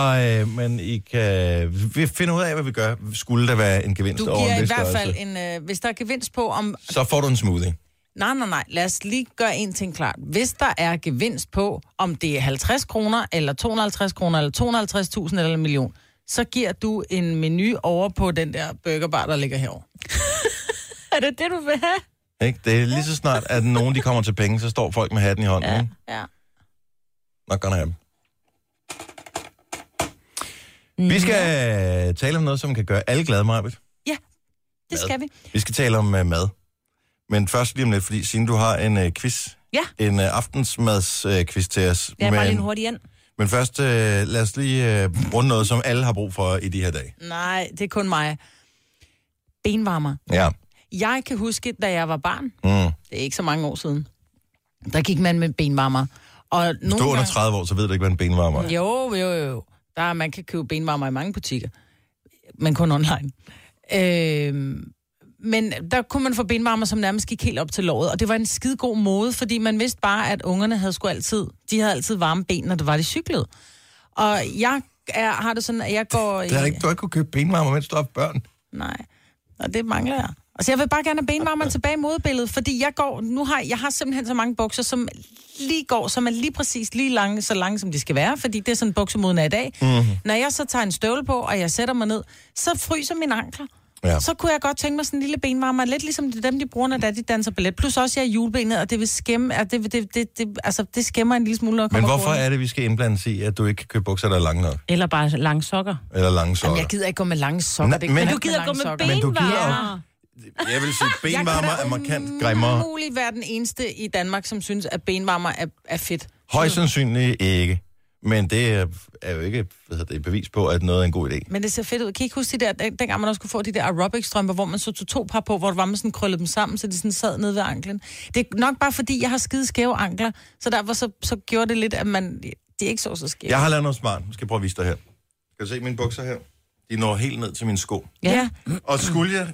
øh, men I kan vi finder ud af, hvad vi gør. Skulle der være en gevinst
Du
over
giver
en
i
vis
hvert fald
størrelse,
en... Øh, hvis der er gevinst på om...
Så får du en smoothie.
Nej, nej, nej. Lad os lige gøre en ting klart. Hvis der er gevinst på, om det er 50 kroner, eller 250 kroner, eller 250.000 eller en million, så giver du en menu over på den der burgerbar, der ligger herovre.
<laughs> Er det det, du vil have?
Ikke? Det er lige så snart, at nogen de kommer til penge, så står folk med hatten i hånden. Ja.
Ja.
Not gonna happen. Vi skal tale om noget, som kan gøre alle glade, Marbet.
Ja, det
Mad.
skal vi.
Vi skal tale om uh, mad. Men først lige om lidt, fordi siden du har en uh, quiz.
Ja.
En uh, aftensmadsquiz uh, quiz til os.
Ja, bare lige en
men,
hurtig ind.
men først uh, lad os lige uh, runde noget, som alle har brug for i de her dage.
Nej, det er kun mig. Benvarmer.
Ja.
Jeg kan huske, da jeg var barn,
Mm.
det er ikke så mange år siden, der gik man med benvarmer. Og Hvis
Du er under 30 år, så ved du ikke, hvad en benvarmer er.
Jo, jo, jo. Der er, man kan købe benvarmer i mange butikker, men kun online. Øhm, men der kunne man få benvarmer, som nærmest gik helt op til låret, og det var en skide god måde, fordi man vidste bare, at ungerne havde sgu altid, de havde altid varme ben, når det var, de cyklede. Og jeg er, har det sådan, at jeg går...
Det er ikke, du har ikke kunne købe benvarmer, mens du har haft børn.
Nej, og det mangler jeg. Altså, jeg vil bare gerne have
<laughs>
benvarmeren tilbage i modebilledet, fordi jeg går, nu har, jeg har simpelthen så mange bukser, som lige går, som er lige præcis lige lange, så lange som de skal være, fordi det er sådan buksemoden er i dag.
Mhm.
Mm-hmm. Når jeg så tager en støvle på, og jeg sætter mig ned, så fryser mine ankler.
Ja. Mm.
Så kunne jeg godt tænke mig sådan en lille benvarmer, lidt ligesom det er dem, de bruger, når det er, de danser ballet. Plus også, jeg er julebenet, og det vil skæmme, og det, vil- det, det, det, altså, det skæmmer en lille smule, når jeg
Men
kommer
hvorfor
gående.
er det, vi skal indblandes i, at du ikke kan købe bukser, der er lange nok?
Eller bare lange sokker.
Eller lange
Jamen,
sokker?
jeg gider ikke gå med lange sokker.
Nej,
Det
men-
kan
Men
jeg
du
ikke
gider
lange
gå med
sokker.
Men du gider
Ja.
jo- Jeg vil sige,
Jeg kan
benvarmer
da
er markant grimmere.
umuligt være den eneste i Danmark, som synes, at benvarmer er, er fedt.
Højst sandsynligt ikke. Men det er- er jo ikke hvad hedder det, et bevis på, at noget er en god idé.
Men det ser fedt ud. Kan I ikke huske de der, den- dengang man også kunne få de der aerobic-strømper, hvor man så tog to par på, hvor det var, man sådan krøllede dem sammen, så de sådan sad nede ved anklen. Det er nok bare fordi, jeg har skide skæve ankler, så derfor så, så gjorde det lidt, at man, de ikke så så skæve.
Jeg har lavet noget smart. Nu skal jeg prøve at vise dig her. Kan du se mine bukser her? De når helt ned til mine sko.
Ja,
Og skulle, jeg,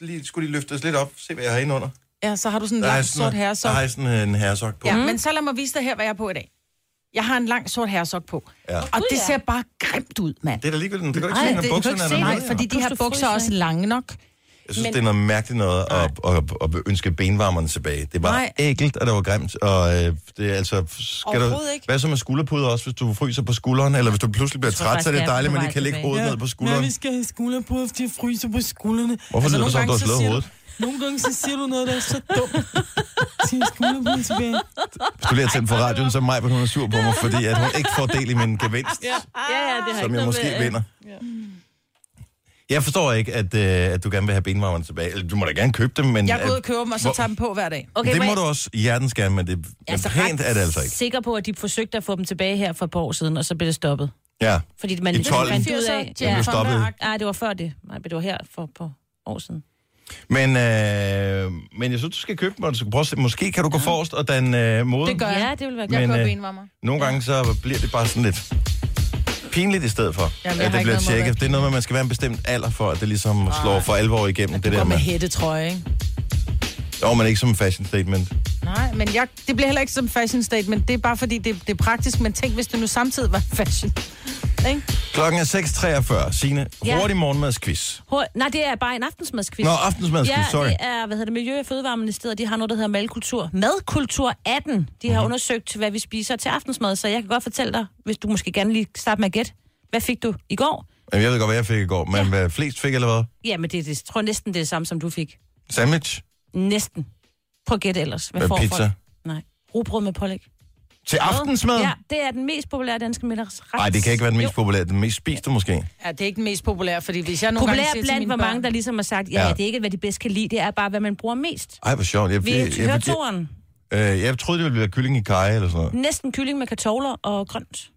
lige, skulle de løftes lidt op, se hvad jeg har inde under.
ja, så har du sådan en
Der har
lang
jeg
sort
sådan, der
herresok.
har jeg sådan en herresok på.
Ja, men så lad mig vise dig her, hvad jeg har på i dag. Jeg har en lang sort herresok på.
Ja.
Og det ser bare grimt ud, mand.
Det er da ligegyldigt. Det kan du ikke se, når
det kan du
bukserne
ikke
er
se,
der
nej, fordi de
Plus,
her
du
bukser
fryser,
er også
ikke?
lange nok.
Jeg synes, men...
Men-
det er noget mærkeligt noget at, at, at, at ønske benvarmerne tilbage. Det var
Nej.
ægelt, og det var grimt. Og øh, det er altså... Skal du,
Overhovedet ikke.
hvad så med skulderpuder også, hvis du fryser på skulderen? Eller hvis du pludselig bliver
Jeg tror
træt, så er det
faktisk, jeg er
dejligt, at
på
man
vej
ikke kan lægge
tilbage.
hovedet ned på skulderen.
Ja, vi skal have skulderbrud, fordi jeg fryser på skuldrene.
Hvorfor lyder
nogle
det som, du har
gange, så
slået
siger
hovedet?
Nogle gange så siger du noget, der er så dumt. Siger skulderbrud tilbage.
Hvis du lige har tændt for radioen, så er mig, hun er sur på mig, fordi at hun ikke får del i min gevinst,
Ja, ja, det har
som
ikke
jeg
noget
måske
med,
vinder. Jeg forstår ikke, at, øh, at du gerne vil have benvarmerne tilbage. Eller, du må da gerne købe dem, men...
Jeg går ud og
at,
køber dem, og så
hvor-
tager dem på hver dag.
okay, det
men-
må du også hjertens gerne, men det, men pænt er det altså ikke.
sikker på, at de forsøgte at få dem tilbage her for et par år siden, og så blev det stoppet.
Ja,
Fordi man
I
ligesom
12.
fandt ud af...
blev
Ja.
stoppet.
Nej, det var før det. Nej, men det var her for et par år siden.
Men, øh, men jeg synes, du skal købe dem, og du skal prøve at se. Måske kan du gå forrest og den øh, mode.
Det gør jeg.
Ja, det ville være
Men,
Jeg
godt.
køber
øh,
benvarmer.
Nogle gange så bliver det bare sådan lidt pinligt i stedet for,
jeg
Jamen,
har
at det bliver
ikke noget mod at være
tjekket. Det er noget med, at man skal være en bestemt alder for, at det ligesom slår for alvor igennem. Det der
Og med
med,
hættetrøje, ikke?
jo, men ikke som en fashion statement.
Nej, men jeg, det bliver heller ikke som fashion statement. Det er bare fordi, det, det er praktisk. Men tænk, hvis det nu samtidig var fashion. Ikke?
Klokken er 6.43. Signe,
Ja.
hurtig morgenmadsquiz.
Hur- Nej, det er bare en aftensmadsquiz.
Nå, aftensmadsquiz,
ja,
sorry.
det er, hvad hedder det, Miljø- og Fødevareministeriet, de har noget, der hedder madkultur. Madkultur 18. De
Mhm.
har undersøgt, hvad vi spiser til aftensmad, så jeg kan godt fortælle dig, hvis du måske gerne lige starte med at gætte. Hvad fik du i går?
Jamen, jeg ved godt, hvad jeg fik i går, men ja. hvad flest fik, eller hvad?
Jamen, det, det tror jeg næsten det er det samme, som du fik.
Sandwich?
Næsten. Prøv at gætte ellers. Hvad,
Hvad,
får
pizza?
folk? Nej. Rugbrød med pålæg.
Til aftensmad?
Ja, det er den mest populære danske middagsret.
Nej, det kan ikke være den mest populære. Den mest spiste måske.
Ja, det er ikke den mest populære, fordi hvis jeg nogle gange
Populær
siger til
blandt,
mine
hvor
børn,
mange, der ligesom har sagt, ja,
Ja.
ja, det er ikke, hvad de bedst kan lide, det er bare, hvad man bruger mest.
Ej, hvor sjovt. Jeg,
Vi
jeg, jeg,
hører
jeg,
toren.
jeg, jeg troede, det ville være kylling i kaj eller sådan noget.
Næsten kylling med kartofler og grønt.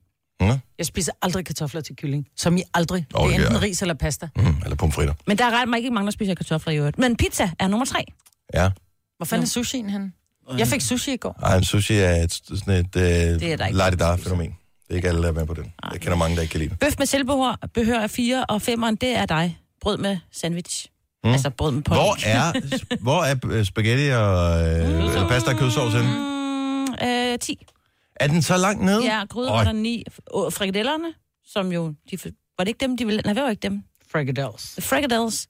Jeg spiser aldrig kartofler til kylling. Som i aldrig.
Åh,
det
det
er enten
gør jeg.
ris eller pasta.
Mm, eller pomfritter.
Men der er ret ikke mange, der spiser kartofler i øvrigt. Men pizza er nummer tre.
Ja.
Hvor fanden er sushien henne? Jeg
Mm.
fik sushi i går.
Ej, en sushi er et, sådan et
der
øh,
ikke
light-dar-fænomen. Det er ikke alle, der er med på den. Jeg kender mange, der ikke kan lide det.
Bøf med tilbehør behør er fire, og femeren, det er dig. Brød med sandwich. Mm. Altså brød med pålæg.
Hvor er, hvor er øh, spaghetti og øh, pasta og kødsovs henne?
Mm, øh, 10.
Er den så langt nede?
Ja, gryder
Øj.
var der ni. Åh, Frikadellerne, som jo... De, var det ikke dem, de ville... Nej, hvad var ikke dem?
Frikadels.
Frikadelles.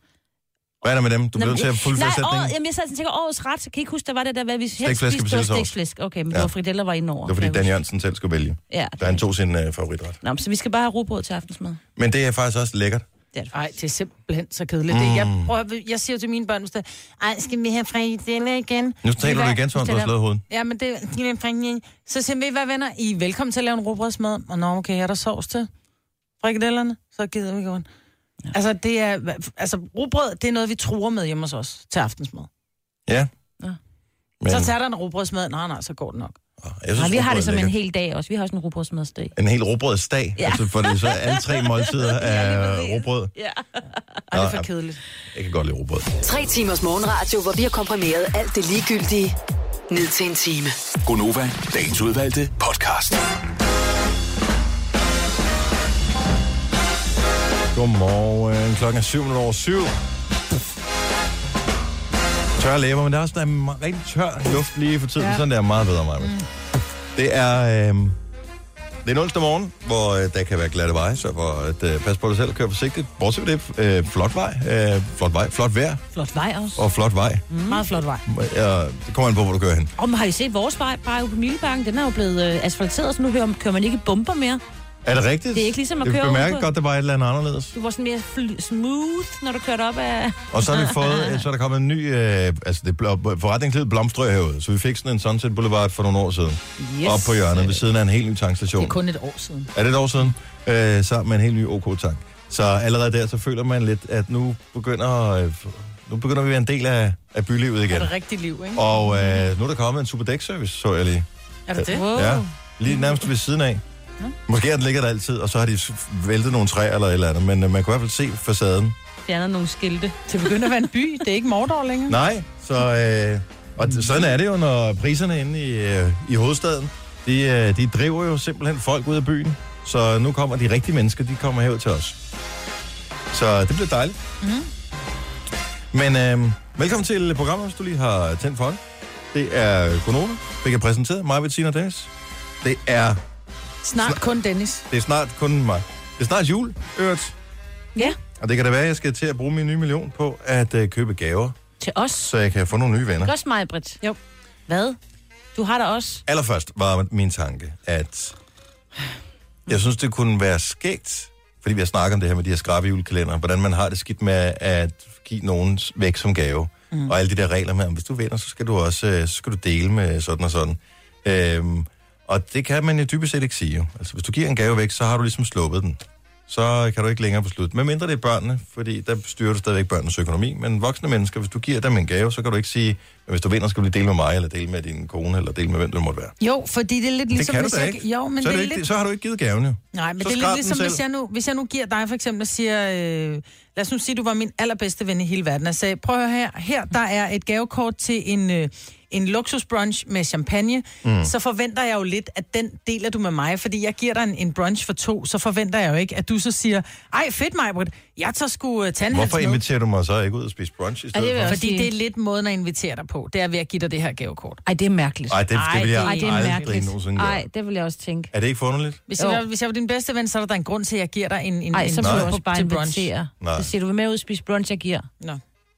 Hvad er der med dem? Du
Nå,
bliver nødt til at
men-
fuldføre
Nej, året,
sætningen.
jamen, jeg sad og tænkte, årets ret, kan I ikke huske, der var det der, hvad vi helst
Stegflæsk og
spiste på
persillesovs.
stegflæsk. Okay, men
Ja.
ja. hvor frikadeller var indover.
Det var fordi
kan jeg
Dan
huske.
Jørgensen selv skulle vælge.
Ja.
Der han tog sin øh, favoritret.
Nå, men så vi skal bare have rugbrød til aftensmad.
Men det er faktisk også lækkert.
Det er det.
Nej, det er simpelthen så kedeligt. Det,
Mm.
jeg, prøver, jeg siger til mine børn, hvis det, ej, skal vi have frikadeller igen?
Nu taler du igen, som om du har slået hovedet.
Ja, men det de vil bringe Så siger vi, hvad venner, I er velkommen til at lave en råbrødsmad. Og nå, okay, er der sovs til frikadellerne? Så gider vi godt. Ja. Altså, det er, altså, rugbrød, det er noget, vi truer med hjemme hos os til aftensmad.
Ja.
Nå.
Men,
Så tager der en rugbrødsmad, nej, nej, så går det nok.
jeg synes,
Nej, vi har det
rugbrød er
som en
lækkert.
hel dag også. Vi har også en rugbrødsmadsdag.
en hel råbrødsdag, ja.
Ja.
altså, for det er så alle
<laughs>
tre måltider af råbrød.
Ja.
Ej, det er
Nå,
for
ja.
kedeligt.
Jeg kan godt lide råbrød.
Tre timers morgenradio, hvor vi har komprimeret alt det ligegyldige ned til en time.
Gonova, dagens udvalgte podcast.
Godmorgen. Klokken er syv minutter over syv. Tør læber, men der er også sådan en rigtig tør luft lige for tiden. Ja.
Ja.
Sådan der er meget bedre, mig. Mm. Det er... Øh, det er en onsdag morgen, hvor øh, der kan være glatte veje, så for at øh, passe på dig selv og køre forsigtigt. Bortset fra det, øh, flot vej, øh, flot vej, flot vejr
Flot vej også.
og flot vej.
Mm. Meget flot vej.
Mm. Øh, det kommer an på, hvor du kører hen.
Og har I set vores vej bare ude på Milebakken? Den er jo blevet øh, asfalteret, så nu hører, kører man ikke i bomber mere.
Er det rigtigt?
Det er ikke ligesom at køre
Jeg bemærkede
udenfor.
godt, der var et eller andet anderledes.
Du var sådan mere fl- smooth, når du kørte op af...
Og så har
<laughs>
vi fået, øh, så er der kommet en ny, øh, altså det bl- forretningsledet blomstrø herude, så vi fik sådan en Sunset Boulevard for nogle år siden. Yes. Op på hjørnet ved siden af en helt ny tankstation.
Det
Det
er
er,
kun et år siden.
er det et år siden? Øh, sammen med en helt ny OK-tank. Så allerede der, så føler man lidt, at nu begynder, øh, nu begynder vi at være en del af, af bylivet
Er
igen.
det rigtigt liv, ikke?
Og øh, nu er der kommet en Superdæk-service, så jeg lige.
Er det det?
Wow.
Ja, lige nærmest ved siden af. Måske er den ligger der altid, og så har de s- væltet nogle træer eller et eller andet, men øh, man kan i hvert fald se facaden.
Fjerner nogle skilte.
Det begynder at være en by. Det er ikke Mordor længere.
Nej, så... Øh, og t- sådan er det jo, når priserne inde i, øh, i hovedstaden, de, øh, de driver jo simpelthen folk ud af byen. Så nu kommer de rigtige mennesker, de kommer herud til os. Så det bliver dejligt. Mm. Men øh, velkommen til programmet, hvis du lige har tændt for det. Det er Konoba, fik jeg præsenteret. Mig, Bettina og Dennis. Det er,
Snart kun Dennis.
det er snart kun mig. Det er snart jul, øvrigt.
Ja,
Og det kan da være, at jeg skal til at bruge min nye million på at øh, købe gaver,
Til os.
så jeg kan få nogle nye venner.
Ikke også mig, Britt?
Jo.
Hvad? Du har da også.
Allerførst var min tanke, at jeg synes, det kunne være skægt, fordi vi har snakket om det her med de her skrabe julekalender, hvordan man har det skidt med at give nogen væk som gave. Mm. Og alle de der regler med, at hvis du vinder, så skal du også øh, så skal du dele med sådan og sådan. Øhm, og det kan man jo dybest set ikke sige. jo. Altså, hvis du giver en gave væk, så har du ligesom sluppet den. Så kan du ikke længere beslutte. Med mindre det er børnene, fordi der styrer du stadigvæk børnenes økonomi. Men voksne mennesker, hvis du giver dem en gave, så kan du ikke sige, at hvis du vinder, skal du lige dele med mig, eller dele med din kone, eller dele med hvem du måtte være.
Jo, fordi det er lidt ligesom...
det kan
hvis
du da
jeg...
ikke.
Jo, men
så,
det
det
er
ikke,
lidt...
så har du ikke givet gaven, jo.
Nej, men
Så
det er
skrab
lidt
den
ligesom,
selv.
hvis jeg, nu, hvis jeg nu giver dig for eksempel og siger, øh, lad os nu sige, du var min allerbedste ven i hele verden, og sagde, prøv at høre her, her der er et gavekort til en, øh, en luksusbrunch med champagne, mm. så forventer jeg jo lidt, at den deler du med mig, fordi jeg giver dig en, en brunch for to, så forventer jeg jo ikke, at du så siger, ej fedt mig, jeg tager sgu uh, tandhals
Hvorfor
med.
inviterer du mig så ikke ud og spise brunch i stedet
det vil
for?
jeg
Fordi det er lidt måden at invitere dig på, det er ved at give dig det her gavekort.
Ej, det er mærkeligt.
Ej, det, det vil jeg
Ej, det er
aldrig
mærkeligt.
nogensinde gøre.
Ej, det vil jeg også tænke.
Er det ikke forunderligt?
Hvis
Jo.
jeg, var- hvis jeg var din bedste ven, så er der da en grund til, at jeg giver dig en, en,
Ej,
en
så må du
Nej.
også
på-
bare
til brunch.
invitere.
Nej.
Så siger du, vil med ud og spise brunch, jeg giver.
Nå.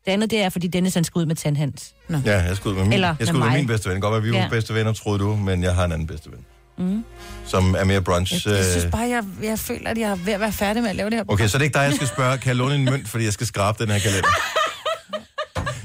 Det andet, det er, fordi Dennis han skal ud med tandhands.
Ja, jeg skulle ud med min,
Eller
jeg skulle
med
ud med
mig.
min bedste ven. Det kan Godt være, vi var
Ja.
bedste venner, troede du, men jeg har en anden bedste ven. Mm. Som er mere brunch.
Jeg
øh,
synes bare, jeg, jeg føler, at jeg er ved at være færdig med at lave det her.
Okay, så det er ikke dig, jeg skal spørge. Kan jeg låne en mønt, fordi jeg skal skrabe den her kalender?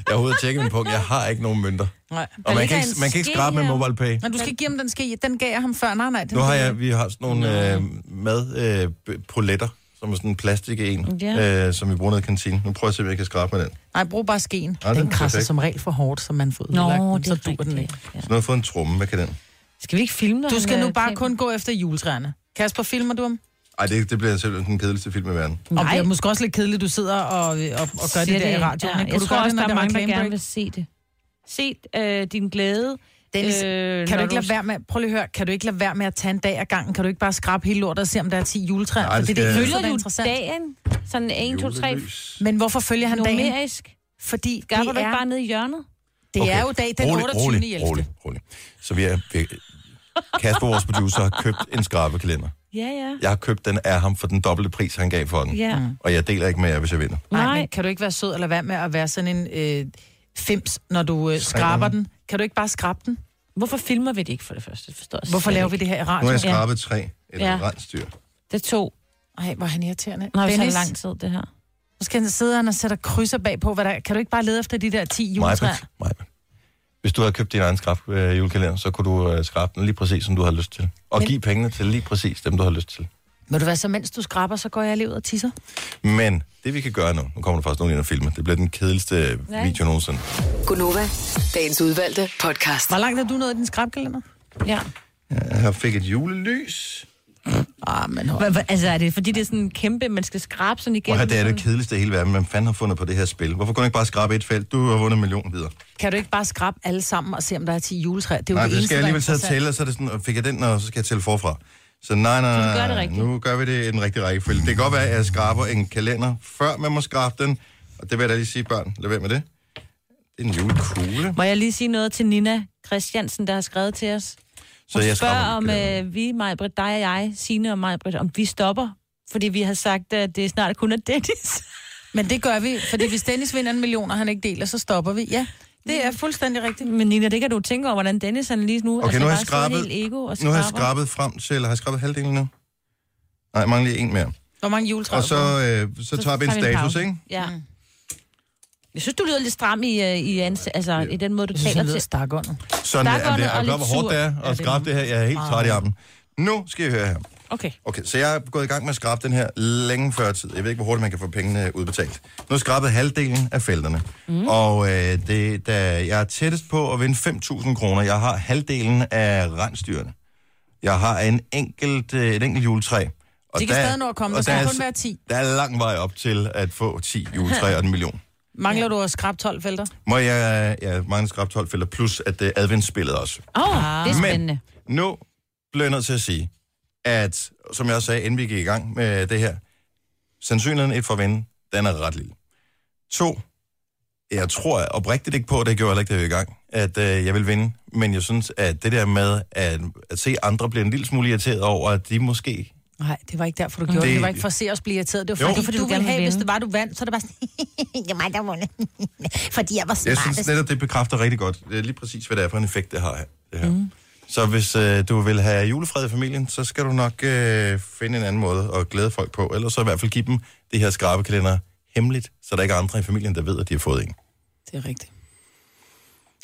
Jeg har ude og tjekke min punkt. Jeg har ikke nogen mønter.
Nej. Der
Og man
ligger
kan, ikke,
en
man kan ikke
ske
skrabe med
her.
mobile pay.
Men du skal ikke give ham den ske. Den gav jeg ham før. Nej, nej. Den
Nu har
gav
jeg, vi har sådan nogle øh, mad øh, b- poletter, som er sådan en plastik en,
Ja.
øh, som vi bruger nede i kantinen. Nu prøver jeg at se, om jeg kan skrabe med den.
Nej, brug bare skeen.
den er
den, den krasser
perfekt.
som regel for hårdt, som man får
Nå,
udlagt den,
det er
så dur den ikke.
rigtigt. Ja.
Så nu har jeg fået en tromme. Hvad kan den?
Skal vi ikke filme når
Du
han,
skal nu
øh,
bare
taber?
kun gå efter juletræerne. Kasper, filmer du ham?
Ej, det, det bliver selvfølgelig den kedeligste film i verden.
Og
Nej.
det er måske også lidt kedeligt, du sidder og, og, og gør
Siger
det der i radioen.
Ja,
ikke?
jeg
du
tror
gøre
også,
når
der er mange, der
reclame
gerne
break?
vil se det. Se øh, din glæde.
Dennis,
øh,
Kan
når
du ikke lade være med, prøv lige at høre, kan du ikke lade være med at tage en dag ad gangen? Kan du ikke bare skrabe hele lortet og se, om der er 10 juletræer?
Nej, det
For det, er
skal-
det eneste, der
Følger
er
du
interessant.
dagen? Sådan 1, 2, 3,
Julelys.
Men hvorfor følger han dagen?
numerisk?
Fordi det
Gør du det ikke
er,
bare nede i hjørnet?
det er jo dag den 28.
Rolig,
hjælp.
rolig, rolig. Så vi er... Vi, Kasper, vores producer, har købt en skrabekalender.
Ja, ja.
Jeg har købt den af ham for den dobbelte pris, han gav for den.
Ja. Mm.
Og jeg deler ikke med jer, hvis jeg vinder.
Nej,
Nej.
men kan du ikke være sød eller være med at være sådan en øh, fims, når du øh, skraber den? Kan du ikke bare skrabe den?
Hvorfor filmer vi det ikke for det første? Det Forstår jeg
Hvorfor
slet
laver vi
ikke.
det her i
Nu har
radioen?
jeg skrabet tre. Et
Ja.
ja. rensdyr.
Det tog.
Ej, hvor er han irriterende.
Nå, det
Dennis,
tager lang tid, det her.
nu skal han sidde han og sætter krydser bag på. Hvad der, kan du ikke bare lede efter de der 10 juletræer?
Majbet, Majbet. Hvis du havde købt din egen skrab, øh, julekalender, så kunne du øh, skrabe den lige præcis, som du har lyst til. Og
Men-
give pengene til lige præcis dem, du har lyst til.
Må du være så, mens du skraber, så går jeg lige ud og tisser?
Men det vi kan gøre nu, nu kommer der faktisk nogen ind og filme, det bliver den kedeligste øh,
Nej.
video nogensinde.
Gunova, dagens udvalgte podcast.
Hvor langt er du nået i din skrabkalender?
Ja.
Jeg fik et julelys.
Ah, men
Hva, hva, altså, er det fordi, det er sådan en kæmpe, man skal skrabe sådan
Og
igennem?
her, det er det
sådan-
kedeligste i hele verden. Hvem fanden har fundet på det her spil? Hvorfor kunne du ikke bare skrabe et felt? Du har vundet en million videre.
Kan du ikke bare skrabe alle sammen og se, om der er 10 juletræer? Det er jo
Nej,
det
det
eneste,
skal jeg
der er
alligevel sidde og
interessant.
tælle, og så er det sådan, og fik jeg den, og så skal jeg tælle forfra. Så nej, nej,
Så du gør
nej,
det
nej,
rigtigt.
nu gør vi det i den rigtige rækkefølge. Det kan godt være, at jeg skraber en kalender, før man må skrabe den. Og det vil jeg da lige sige, børn, lad være med det. Det er en julekugle.
Må jeg lige sige noget til Nina Christiansen, der har skrevet til os?
Så
Hun
jeg
spørger
skraber
om
en kalender.
øh, vi, Majbrit, dig og jeg, Signe og Majbrit, om vi stopper. Fordi vi har sagt, at det snart kun er Dennis.
Men det gør vi, fordi hvis Dennis vinder en million, og han ikke deler, så stopper vi. Ja, <laughs> det er fuldstændig rigtigt.
Men Nina, det kan du tænke over, hvordan Dennis han lige nu...
Okay, nu har jeg
altså, bare sidder
skrabet-
Helt ego og
Nu har jeg
skraber.
skrabet frem til, eller har jeg skrabet halvdelen nu? Nej, jeg mangler lige en mere.
Hvor mange juletræer?
Og så, øh, så tager vi en status,
pause.
ikke?
Ja.
Mm.
Jeg synes, du lyder lidt stram i, øh, i, ans- altså, i den måde, du
Jeg synes, han
taler
lyder
til.
stak under.
Sådan
Der
er
er
det.
godt
Jeg
og
er glad, hvor
lidt
hårdt det er
sur.
at
Ja, det er
skrabe det her. Jeg er helt
meget
træt i armen. Nu skal I høre her.
Okay.
Okay, så jeg er gået i gang med at skrabe den her længe før tid. Jeg ved ikke, hvor hurtigt man kan få pengene udbetalt. Nu har jeg skrabet halvdelen af felterne. Mm. Og øh, det, da jeg er tættest på at vinde 5.000 kroner. Jeg har halvdelen af rensdyrene. Jeg har en enkelt, øh, et enkelt juletræ. Og
De kan stadig nå at komme. Der skal
er
kun
s-
være 10.
Der er lang vej op til at få 10 juletræer og en
<laughs>
million.
Mangler du at skrabe 12 felter?
Må jeg, jeg mangler skrabe 12 felter, plus at det er adventsspillet også.
Åh, oh, ah. det er spændende.
Men nu bliver jeg nødt til at sige, at som jeg også sagde, inden vi gik i gang med det her, sandsynligheden et for at vinde, den er ret lille. To, jeg tror oprigtigt ikke på, det gjorde jeg heller ikke, da jeg var i gang, at øh, jeg vil vinde. Men jeg synes, at det der med at, at se andre blive en lille smule irriteret over, at de måske
Nej, det var ikke derfor, du gjorde det.
Det-
Det var ikke for at se os blive irriteret. Det var
Jo.
fordi,
Det var,
fordi du,
fordi du
ville
gerne
have,
ville
hvis
vinde.
det var, du vandt, så er det bare sådan, <laughs> det er mig, der vundet. <laughs> fordi jeg var
Jeg
smartest.
altså-
synes netop, det bekræfter rigtig godt øh, lige præcis, hvad det er for en effekt, det har her. Det her. Mm. Så hvis øh, du vil have julefred i familien, så skal du nok øh, finde en anden måde at glæde folk på. Ellers så i hvert fald give dem det her skrabekalender hemmeligt, så der ikke er andre i familien, der ved, at de har fået en.
Det er rigtigt. Men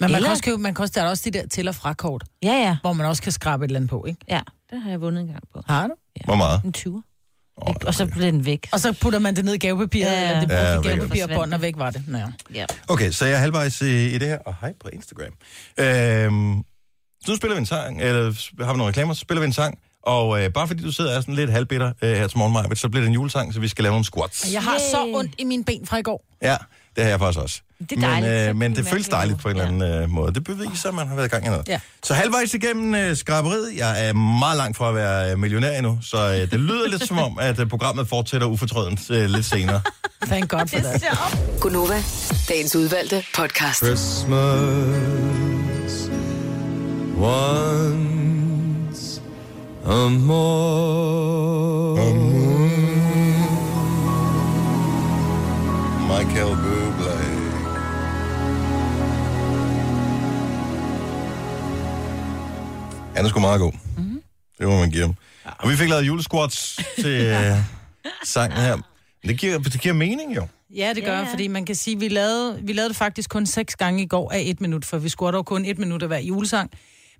man
Eller-
kan også købe, man kan også, der er også de der til- og frakort,
Ja, ja.
hvor man også kan skrabe et eller andet på, ikke?
Ja, det har jeg vundet en gang på.
Har du?
Hvor meget?
En 20.
Åh,
og så blev den væk.
Og så putter man det ned i gavepapiret,
Ja.
ja. eller det
Ja,
brugte
væk er det.
ja, gavepapir og bånd, og væk var det. Nå, ja.
Ja.
Okay, så jeg er halvvejs i, i det her, og hej på Instagram. Øhm, så nu spiller vi en sang, eller s- har vi nogle reklamer, så spiller vi en sang, og øh, bare fordi du sidder og er sådan lidt halvbitter øh, her til morgen, Maja, så bliver det en julesang, så vi skal lave nogle squats.
Jeg har
Yay.
så ondt i mine ben fra i går.
Ja, det har jeg faktisk også.
Det er dejligt.
Men,
Så
øh, men
kan
det
man
føles
mærke
dejligt
det.
på en eller anden øh, måde. Det beviser, at man har været i gang i noget.
Ja.
Så halvvejs igennem øh, skraberiet. Jeg er meget langt fra at være øh, millionær endnu, så øh, det lyder lidt som om, at øh, programmet fortsætter ufortrødent øh, lidt senere.
Thank God <laughs> for that.
Gunova, dagens udvalgte podcast.
Christmas once a more.
Michael Bublé. Han er sgu meget god. Mm-hmm. Det må man give ham. Og vi fik lavet julesquats til øh, sangen her. Men Det giver, det giver mening jo.
Ja, det gør, yeah. fordi man kan sige, vi lavede, vi lavede det faktisk kun seks gange i går af et minut, for vi skulle dog kun et minut af hver julesang.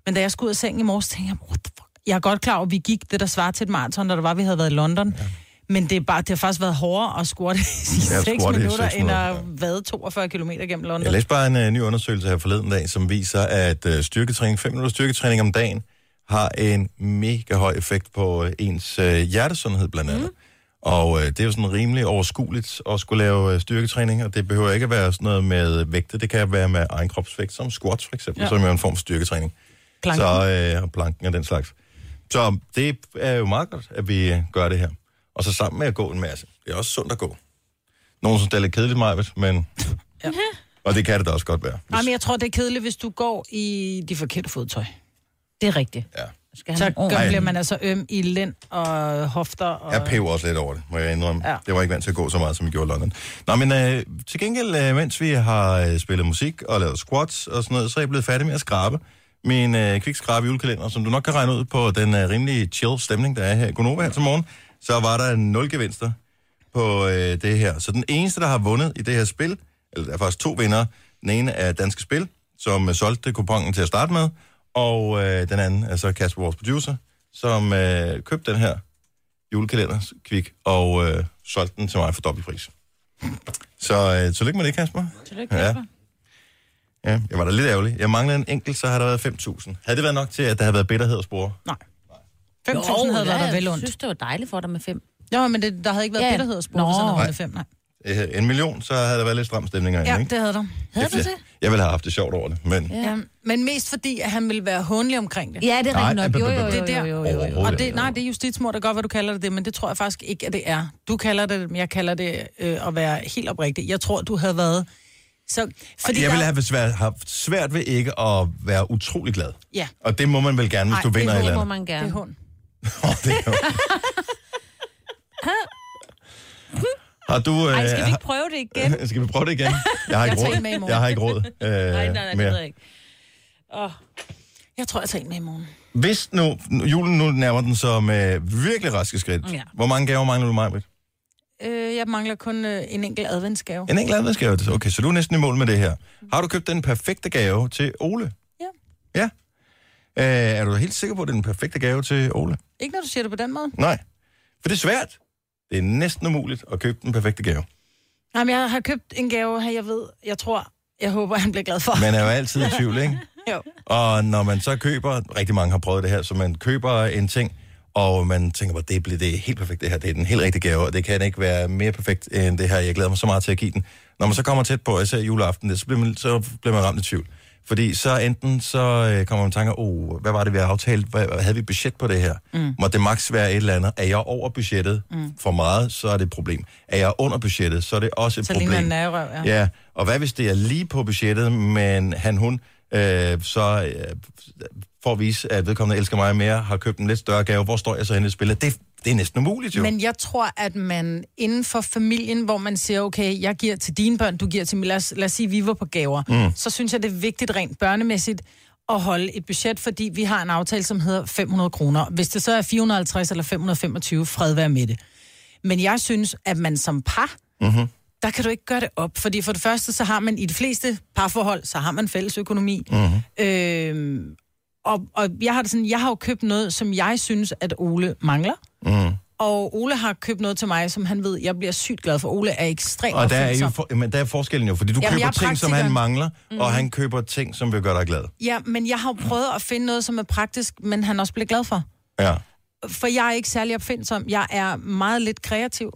Men da jeg skulle ud af sengen i morges, tænkte jeg, what the fuck? Jeg er godt klar over, at vi gik det, der svarer til et maraton, da det var, vi havde været i London. Ja. Men det, er bare, det har faktisk været hårdere at squatte i 6
Ja, squatte i seks
minutter, end
minutter,
at
ja.
vade 42 km gennem London.
Jeg læste bare en øh, ny undersøgelse her forleden dag, som viser, at øh, styrketræning, 5 minutter styrketræning om dagen, har en mega høj effekt på øh, ens øh, hjertesundhed blandt
Mhm.
andet. Mm. Og øh, det er jo sådan rimelig overskueligt at skulle lave øh, styrketræning, og det behøver ikke at være sådan noget med vægte. Det kan være med egen kropsvægt, som squats for eksempel, ja.
Ja.
som jo er en form for styrketræning.
Planken.
Så, øh, og planken og den slags. Så det er jo meget godt, at vi øh, gør det her. Og så sammen med at gå en masse. Det er også sundt at gå. Nogen synes, det er lidt kedeligt, Majbet, men... Ja.
Ja.
Og det kan det da også godt være. Hvis,
Nej, men jeg tror, det er kedeligt, hvis du går i de forkerte fodtøj.
Det er rigtigt.
ja.
Skal
Så
han
gør,
Ej.
bliver man altså øm i lænd og hofter. Og...
Jeg pever også lidt over det, må jeg indrømme. Ja.
Ja.
Det var ikke vant til at gå så meget, som jeg gjorde i London. Nå, men øh, til gengæld, øh, mens vi har øh, spillet musik og lavet squats og sådan noget, så er jeg blevet færdig med at skrabe min øh, kvikskrabe julekalender, som du nok kan regne ud på den øh, rimelig chill stemning, der er her i Gonova her til morgen. Så var der nul gevinster på øh, det her. Så den eneste, der har vundet i det her spil, eller der er faktisk to vinder. Den ene er Danske Spil, som øh, solgte kupongen til at starte med, og øh, den anden er så Kasper, vores producer, som øh, købte den her julekalender, kvik, og øh, solgte den til mig for dobbelt pris. Så øh, tillykke med det, Kasper.
Tillykke,
Ja. Ja, jeg var da lidt ærgerlig. Jeg manglede en enkelt, så har der været 5.000. Havde det været nok til, at der havde været bitterhed at spore?
5.000 havde været der vel
Jeg
ondt.
synes, det var dejligt for dig med fem.
Jo, men det, der havde ikke været
Ja,
ja.
ja.
bitterhed at spore,
Nå.
hvis han havde
Nej.
vundet fem. Nej.
Øh, En million, så havde der været lidt stram stemning herinde,
Ja,
ikke?
det havde der.
Havde du
jeg,
det?
Jeg ville have haft det sjovt over det, men ja.
Ja. Men mest fordi, at han ville være håndelig omkring det.
Ja, det er
Nej,
rigtigt nok. Jo, jo, jo,
Det er der.
jo, jo, jo, jo.
Overhovedet
Og det,
ikke.
nej, det er justitsmord, der godt, hvad du kalder det, det, men det tror jeg faktisk ikke, at det er. Du kalder det, men jeg kalder det øh, at være helt oprigtig. Jeg tror, du havde været... Så, fordi
jeg ville
der-
have svært, haft svært ved ikke at være utrolig glad.
Ja,
Og det må man vel gerne, hvis
Ej,
du
det
vinder et
Det
eller
må
andet.
man
det
gerne.
er hund.
Åh, det er
<laughs>
jo- Har du... Øh,
Ej, skal vi ikke prøve det
<laughs>
igen?
skal vi prøve det igen? Jeg har ikke
tager en
råd.
med i morgen.
jeg har
<laughs>
ikke råd. Øh,
Nej, nej, nej, det ved jeg ikke.
Jeg tror, jeg tager en med i morgen.
Hvis nu, nu- julen nu nærmer den som øh, virkelig raske skridt.
Ja.
Hvor mange gaver mangler du mig, Britt?
Øh, jeg mangler kun øh, en enkelt adventsgave.
En enkelt adventsgave. Okay, så du er næsten i mål med det her. Har du købt den perfekte gave til Ole?
Ja.
Ja. Øh, er du helt sikker på, at det er den perfekte gave til Ole?
Ikke når du siger det på den måde.
Nej. For det er svært. Det er næsten umuligt at købe den perfekte gave.
Nej, men jeg har købt en gave her, jeg ved, jeg tror, jeg håber, han bliver glad for.
Man er jo altid i
<laughs>
tvivl, ikke?
Jo.
Og når man så køber, rigtig mange har prøvet det her, så man køber en ting, og man tænker bare, det, bliver, det er helt perfekt det her, det er den helt rigtige gave, og det kan ikke være mere perfekt end det her, jeg glæder mig så meget til at give den. Når man så kommer tæt på, især juleaften, så bliver man, så bliver man ramt i tvivl. Fordi så enten så øh, kommer man i tanker, oh, hvad var det, vi havde aftalt? Hvad, hvad havde vi budget på det her? Mm. Må det maks være et eller andet? Er jeg over budgettet mm. for meget, så er det et problem. Er jeg under budgettet, så er det også et
Så
problem.
ligner en nærerøv, ja.
Ja, og hvad hvis det er lige på budgettet, men han, hun, øh, så øh, for at vise, at vedkommende elsker mig mere, har købt en lidt større gave, hvor står jeg så henne i spillet? Det Det er næsten umuligt jo. Men...
Men jeg tror, at man inden for familien, hvor man siger, okay, jeg giver til dine børn, du giver til mig, lad os, lad os sige, vi var på gaver, mm. så synes jeg, det er vigtigt rent børnemæssigt at holde et budget, fordi vi har en aftale, som hedder 500 kroner. Hvis det så er 450 eller 525, fred være med det. Men jeg synes, at man som par, mm-hmm. der kan du ikke gøre det op. Fordi for det første, så har man i de fleste parforhold, så har man fælles økonomi. Mm-hmm. Øh, og, og jeg har det sådan, jeg har jo købt noget, som jeg synes, at Ole mangler. Mm. Og Ole har købt noget til mig, som han ved, jeg bliver sygt glad for. Ole er ekstremt
Og der er, jo
opfindsom.
for, men der er forskellen jo, fordi du Jamen,
Jamen, jeg
køber
er
ting, som han
praktikeren.
mangler, mm.
Mhm.
og han køber ting, som vil gøre dig glad.
Ja, men jeg har jo prøvet at finde noget, som er praktisk, men han også bliver glad for.
Ja.
For jeg er ikke særlig opfindsom. Jeg er meget lidt kreativ.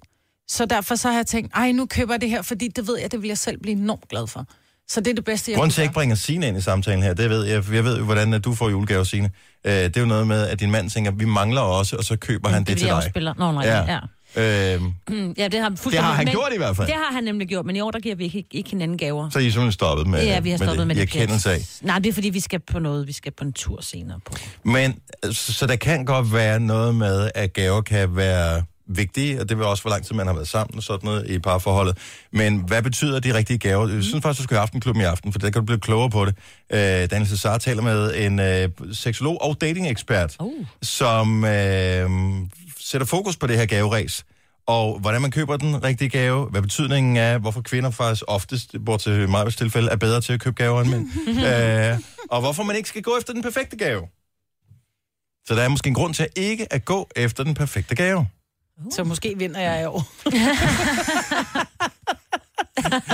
Så derfor så har jeg tænkt, ej, nu køber jeg det her, fordi det ved jeg, det vil jeg selv blive enormt glad for. Så det er det bedste, jeg
Grunden
kan
til, at jeg ikke
gøre.
bringer Signe ind i samtalen her, det ved jeg, jeg ved jo, hvordan at du får julegave, Signe. Øh, det er jo noget med, at din mand tænker, vi mangler også, og så køber han det,
det
til
jeg
dig.
også spiller. Nå, nej, ja. ja.
Øh,
Mm, ja det, har han
det
fuldstændig-
har han
men-
gjort i hvert fald.
Det har han nemlig gjort, men i år der giver vi ikke, ikke hinanden gaver.
Så I er simpelthen stoppet med,
ja, vi har stoppet med,
det.
det.
Jeg kender sig.
Nej, det er fordi, vi skal på noget. Vi skal på en tur senere på.
Men øh, så, så der kan godt være noget med, at gaver kan være vigtige, og det vil også, hvor lang tid man har været sammen og sådan noget i parforholdet. Men hvad betyder de rigtige gaver? Jeg synes faktisk, du skal i Aftenklubben i aften, for der kan du blive klogere på det. Øh, Daniel Cesar taler med en øh, seksolog og datingekspert, oh. som øh, sætter fokus på det her gaveræs. Og hvordan man køber den rigtige gave, hvad betydningen er, hvorfor kvinder faktisk oftest, bort til Marves tilfælde, er bedre til at købe gaver end mænd. øh, og hvorfor man ikke skal gå efter den perfekte gave. Så der er måske en grund til at ikke at gå efter den perfekte gave.
Så måske vinder jeg i år.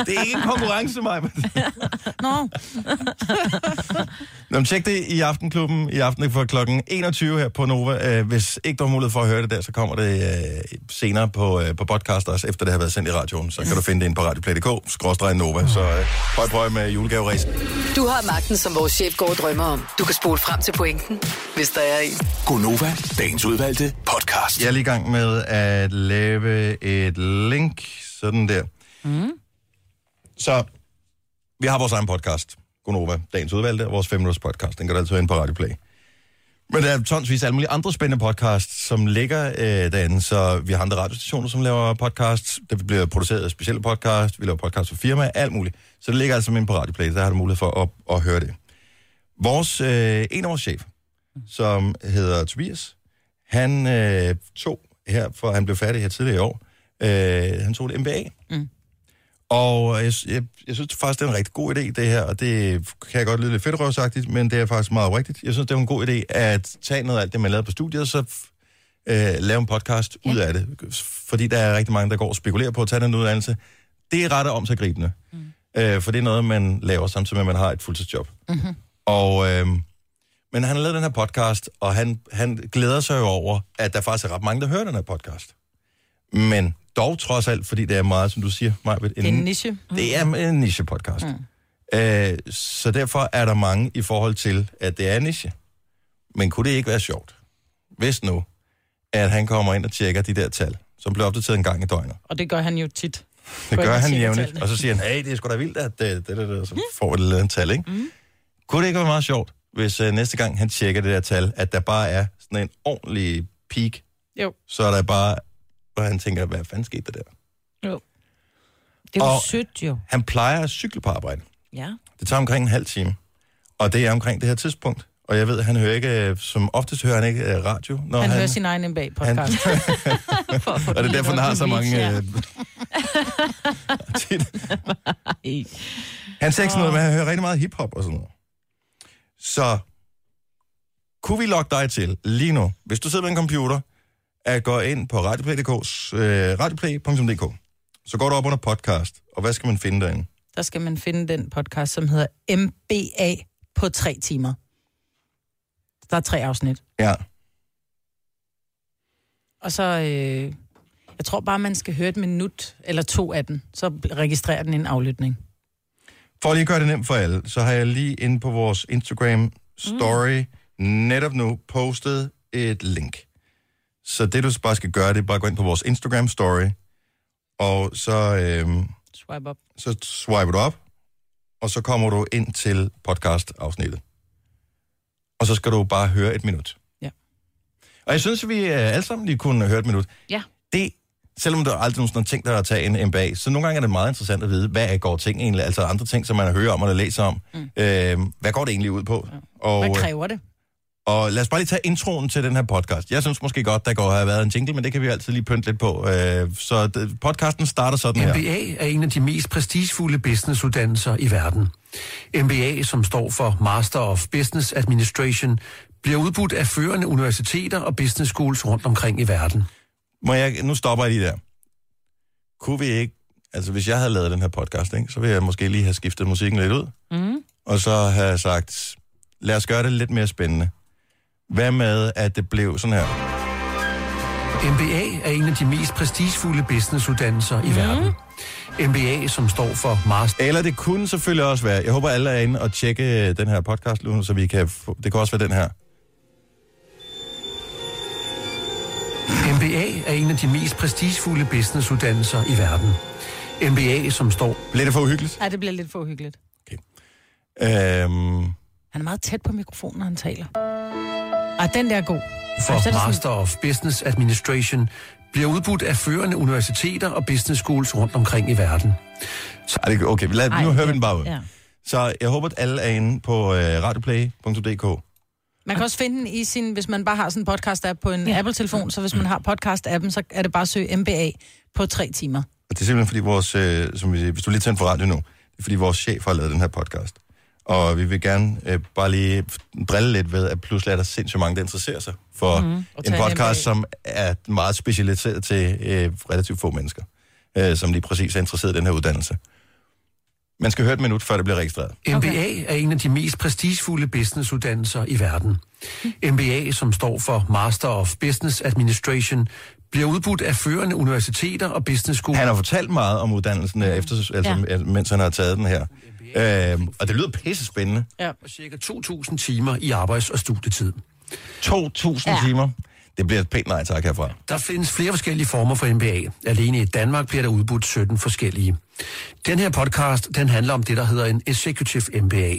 Det er ikke en konkurrence, mig.
Nå,
Nå, men tjek det i Aftenklubben i aften for klokken 21 her på Nova. Øh, Hvis ikke du har mulighed for at høre det der, så kommer det øh, senere på, øh, på podcast også, efter det har været sendt i radioen. Så kan du finde det ind på radioplay.dk, skråstrej Nova. Så øh, prøv, prøv med julegaveræs.
Du har magten, som vores chef går og drømmer om. Du kan spole frem til pointen, hvis der er en.
Gonova, dagens udvalgte podcast.
Jeg er lige i gang med at lave et link, sådan der. Mm. Så vi har vores egen podcast, Gonova, dagens udvalgte, og vores 5 minutters podcast. Den kan du altid høre inde på Radio Play. Men der er tonsvis af alle mulige andre spændende podcasts, som ligger øh, derinde. Så vi har andre radiostationer, som laver podcasts. Der bliver produceret specielle podcasts. Vi laver podcasts for firmaer, alt muligt. Så det ligger altså inde på Radio Play. Der har du mulighed for at, at høre det. Vores, øh, en af vores chef, som hedder Tobias, han øh, tog her, for han blev færdig her tidligere i år, øh, han tog et MBA. Mm. Og jeg, jeg, jeg synes faktisk, det er en rigtig god idé, det her, og det kan godt lyde lidt fedtrøvsagtigt, men det er faktisk meget rigtigt. Jeg synes, det er en god idé at tage noget af alt det, man lavede på studiet, og så f- øh, lave en podcast ja. ud af det. Fordi der er rigtig mange, der går og spekulerer på at tage den uddannelse. Det er ret om sig gribende. Mm. Øh, for det er noget, man laver samtidig med, at man har et fuldtidsjob. Mm-hmm. Og... Øh, men han har lavet den her podcast, og han, han glæder sig jo over, at der faktisk er ret mange, der hører den her podcast. Men dog trods alt, fordi det er meget, som du siger, Majbet,
det er en niche.
Mm. det er en niche-podcast. Mm. Øh, så derfor er der mange i forhold til, at det er en niche. Men kunne det ikke være sjovt, hvis nu, at han kommer ind og tjekker de der tal, som bliver opdateret en gang i døgnet.
Og det gør han jo tit.
Det
Går ind
gør
og
han
tjekker
jævnligt.
tallene.
Og så siger han, hey, det er sgu da vildt, at øh, det, det, det, det så får et eller andet tal, ikke? Mm. Kunne det ikke være meget sjovt, hvis uh, næste gang han tjekker det der tal, at der bare er sådan en ordentlig peak,
Jo.
så er der bare, hvor han tænker, hvad fanden skete der der?
Det er jo
Og-
sødt, jo.
Han plejer at cykle på arbejde.
Ja.
Det tager omkring en halv time. Og det er omkring det her tidspunkt. Og jeg ved, at han hører ikke, øh, som oftest hører han ikke øh, radio, når
Han,
han...
hører sin egen en bag
han, <laughs>
podcast.
og det er derfor, han har så mange...
Ja.
Øh,
<laughs>
tit, Han sagde ikke sådan noget, men han hører rigtig meget hiphop og sådan noget. Så kunne vi lokke dig til lige nu, hvis du sidder med en computer, at gå ind på radioplay.dk's, øh, radioplay.dk. Så går du op under podcast, og hvad skal man finde derinde?
Der skal man finde den podcast, som hedder MBA på tre timer. Der er tre afsnit.
Ja.
Og så, øh, jeg tror bare, man skal høre et minut eller to af den, så registrerer den en aflytning.
For lige at gøre det nemt for alle, så har jeg lige inde på vores Instagram story mm. netop nu postet et link. Så det, du bare skal gøre, det er bare at gå ind på vores Instagram story, og så... Øh,
Swipe op.
så swiper du op, og så kommer du ind til podcast-afsnittet. Og så skal du bare høre et minut.
Ja.
Og jeg synes, at vi øh, alle sammen lige kunne høre et minut.
Ja.
Det, selvom du aldrig nogensinde har tænkt dig at tage en MBA, så nogle gange er det meget interessant at vide, hvad går ting egentlig, altså andre ting, som man hører om eller læser om. Mm. Øh, hvad går det egentlig ud på? Og,
Hvad
øh,
kræver det?
og lad os bare lige tage introen til den her podcast. Jeg synes måske godt, der går at have været en jingle, men det kan vi altid lige pynte lidt på. Øh, så det, podcasten starter sådan her.
MBA er en af de mest prestigefulde businessuddannelser i verden. MBA, som står for Master of Business Administration, bliver udbudt af førende universiteter og business schools rundt omkring i verden.
Må jeg, nu stopper jeg lige der. Kunne vi ikke, altså hvis jeg havde lavet den her podcast, ikke, så ville jeg måske lige have skiftet musikken lidt ud, mm. og så have sagt, lad os gøre det lidt mere spændende. Hvad med, at det blev sådan her?
MBA er en af de mest prestigefulde businessuddannelser i
Mhm.
verden. MBA, som står for Master
Eller det kunne selvfølgelig også være, jeg håber alle er inde og tjekke øh, den her podcast nu, så vi kan få, det kan også være den her.
MBA er en af de mest prestigefulde businessuddannelser i verden. MBA, som står
Bliver det for uhyggeligt?
Nej, det bliver lidt for uhyggeligt.
Øhm,
Han er meget tæt på mikrofonen, når han taler. Ej, den der er god. Ej, så er det
for
sådan-
Master of Business Administration, bliver udbudt af førende universiteter og business schools rundt omkring i verden.
ej, det- okay, lad,
Ej,
nu hører vi
ja,
den bare ud.
ja.
Så jeg håber, at alle er inde på øh, radioplay.dk.
Man kan også finde den i sin, hvis man bare har sådan en podcast-app på en ja. Apple-telefon, så hvis man har podcast-appen, så er det bare at søge MBA på tre timer.
Og det er simpelthen fordi vores, øh, som vi siger, hvis du lige tænder for radio nu, det er fordi vores chef har lavet den her podcast. Og vi vil gerne øh, bare lige f- drille lidt ved, at pludselig er der sindssygt mange, der interesserer sig for mm. en
tage en MBA.
podcast, som er meget specialiseret til øh, relativt få mennesker, øh, som lige præcis er interesseret i den her uddannelse. Man skal høre et minut, før det bliver registreret.
MBA er en af de mest prestigefulde businessuddannelser i verden. MBA, som står for Master of Business Administration, bliver udbudt af førende universiteter og business schools.
Han har fortalt meget om uddannelsen, øh, efter, altså, ja. mens han har taget den her. Øh, og det lyder pisse spændende.
og cirka 2.000 timer i arbejds- og studietid.
2.000 ja. timer. Det bliver et pænt nej tak herfra.
Der findes flere forskellige former for MBA. Alene i Danmark bliver der udbudt 17 forskellige. Den her podcast, den handler om det, der hedder en Executive MBA.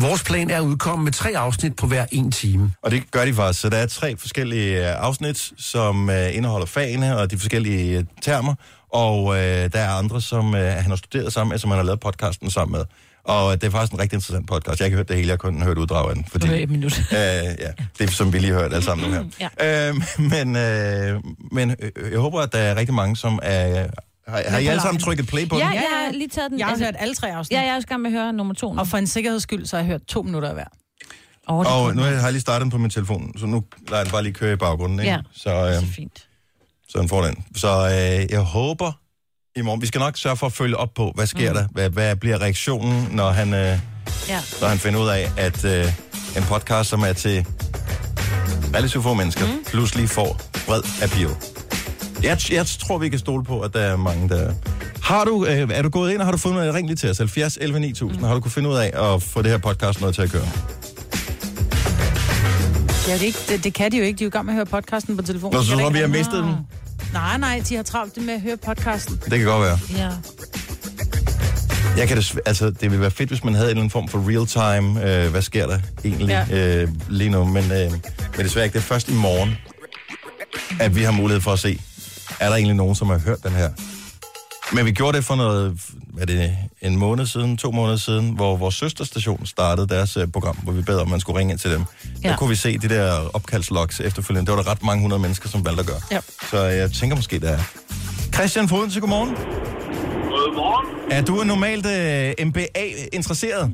Vores plan er at udkomme med tre afsnit på hver en time.
Og det gør de faktisk. Så der er tre forskellige øh, afsnit, som øh, indeholder fagene og de forskellige øh, termer. Og øh, der er andre, som øh, han har studeret sammen med, som han har lavet podcasten sammen med. Og øh, det er faktisk en rigtig interessant podcast. Jeg har ikke hørt det hele, jeg har kun hørt uddrag af den. Fordi,
Et
<laughs>
minut.
øh, ja, det er som vi lige hørte alle sammen nu her. Øh, men øh, men øh, jeg håber, at der er rigtig mange, som er... øh, Har, har I alle sammen trykket play på
Ja,
den?
jeg har lige taget den.
Jeg har også hørt alle tre afsnit.
ja, jeg er også i gang med at høre nummer to. nu.
Og for en sikkerheds skyld, så har jeg hørt to minutter af hver.
Åh, det
Og nu har jeg lige startet den på min telefon, så nu lader jeg den bare lige køre i baggrunden. Ikke?
Ja.
Så, øh,
er fint.
Så han får den. Så øh, jeg håber i morgen. Vi skal nok sørge for at følge op på, hvad sker mm. der? Hvad, hvad bliver reaktionen, når han, øh,
Ja.
når han finder ud af, at øh, en podcast, som er til relativt få mennesker, mm. pludselig får bred appeal. Jeg, jeg tror, vi kan stole på, at der er mange, der... Har du, øh, er du gået ind, og har du fundet ud af, ring lige til os, 70 11 9000, mm. har du kunne finde ud af at få det her podcast noget til at køre?
Ja, det, er ikke, det, det kan de jo ikke. De er jo i gang med at høre podcasten på telefonen.
Nå,
De
så
kan da
tror
ikke
vi, jeg
have-
mistede den.
Nej, nej, de har travlt med at høre podcasten.
Det kan godt være.
Ja.
Jeg kan desv- altså, det ville være fedt, hvis man havde en eller anden form for real-time, øh, hvad sker der egentlig ja. øh, lige nu, men, øh, men desværre ikke. Det er først i morgen, at vi har mulighed for at se, er der egentlig nogen, som har hørt den her. Men vi gjorde det for noget, hvad er det, en måned siden, to måneder siden, hvor vores søsterstation startede deres øh, program, hvor vi bad om, at man skulle ringe ind til dem. Ja. Der
Ja.
kunne vi se de der opkaldslogs efterfølgende. Der var der ret mange hundrede mennesker, som valgte at gøre.
Ja.
Så jeg tænker måske, der er. Christian Foden, så godmorgen.
Godmorgen.
Er du normalt uh, MBA-interesseret?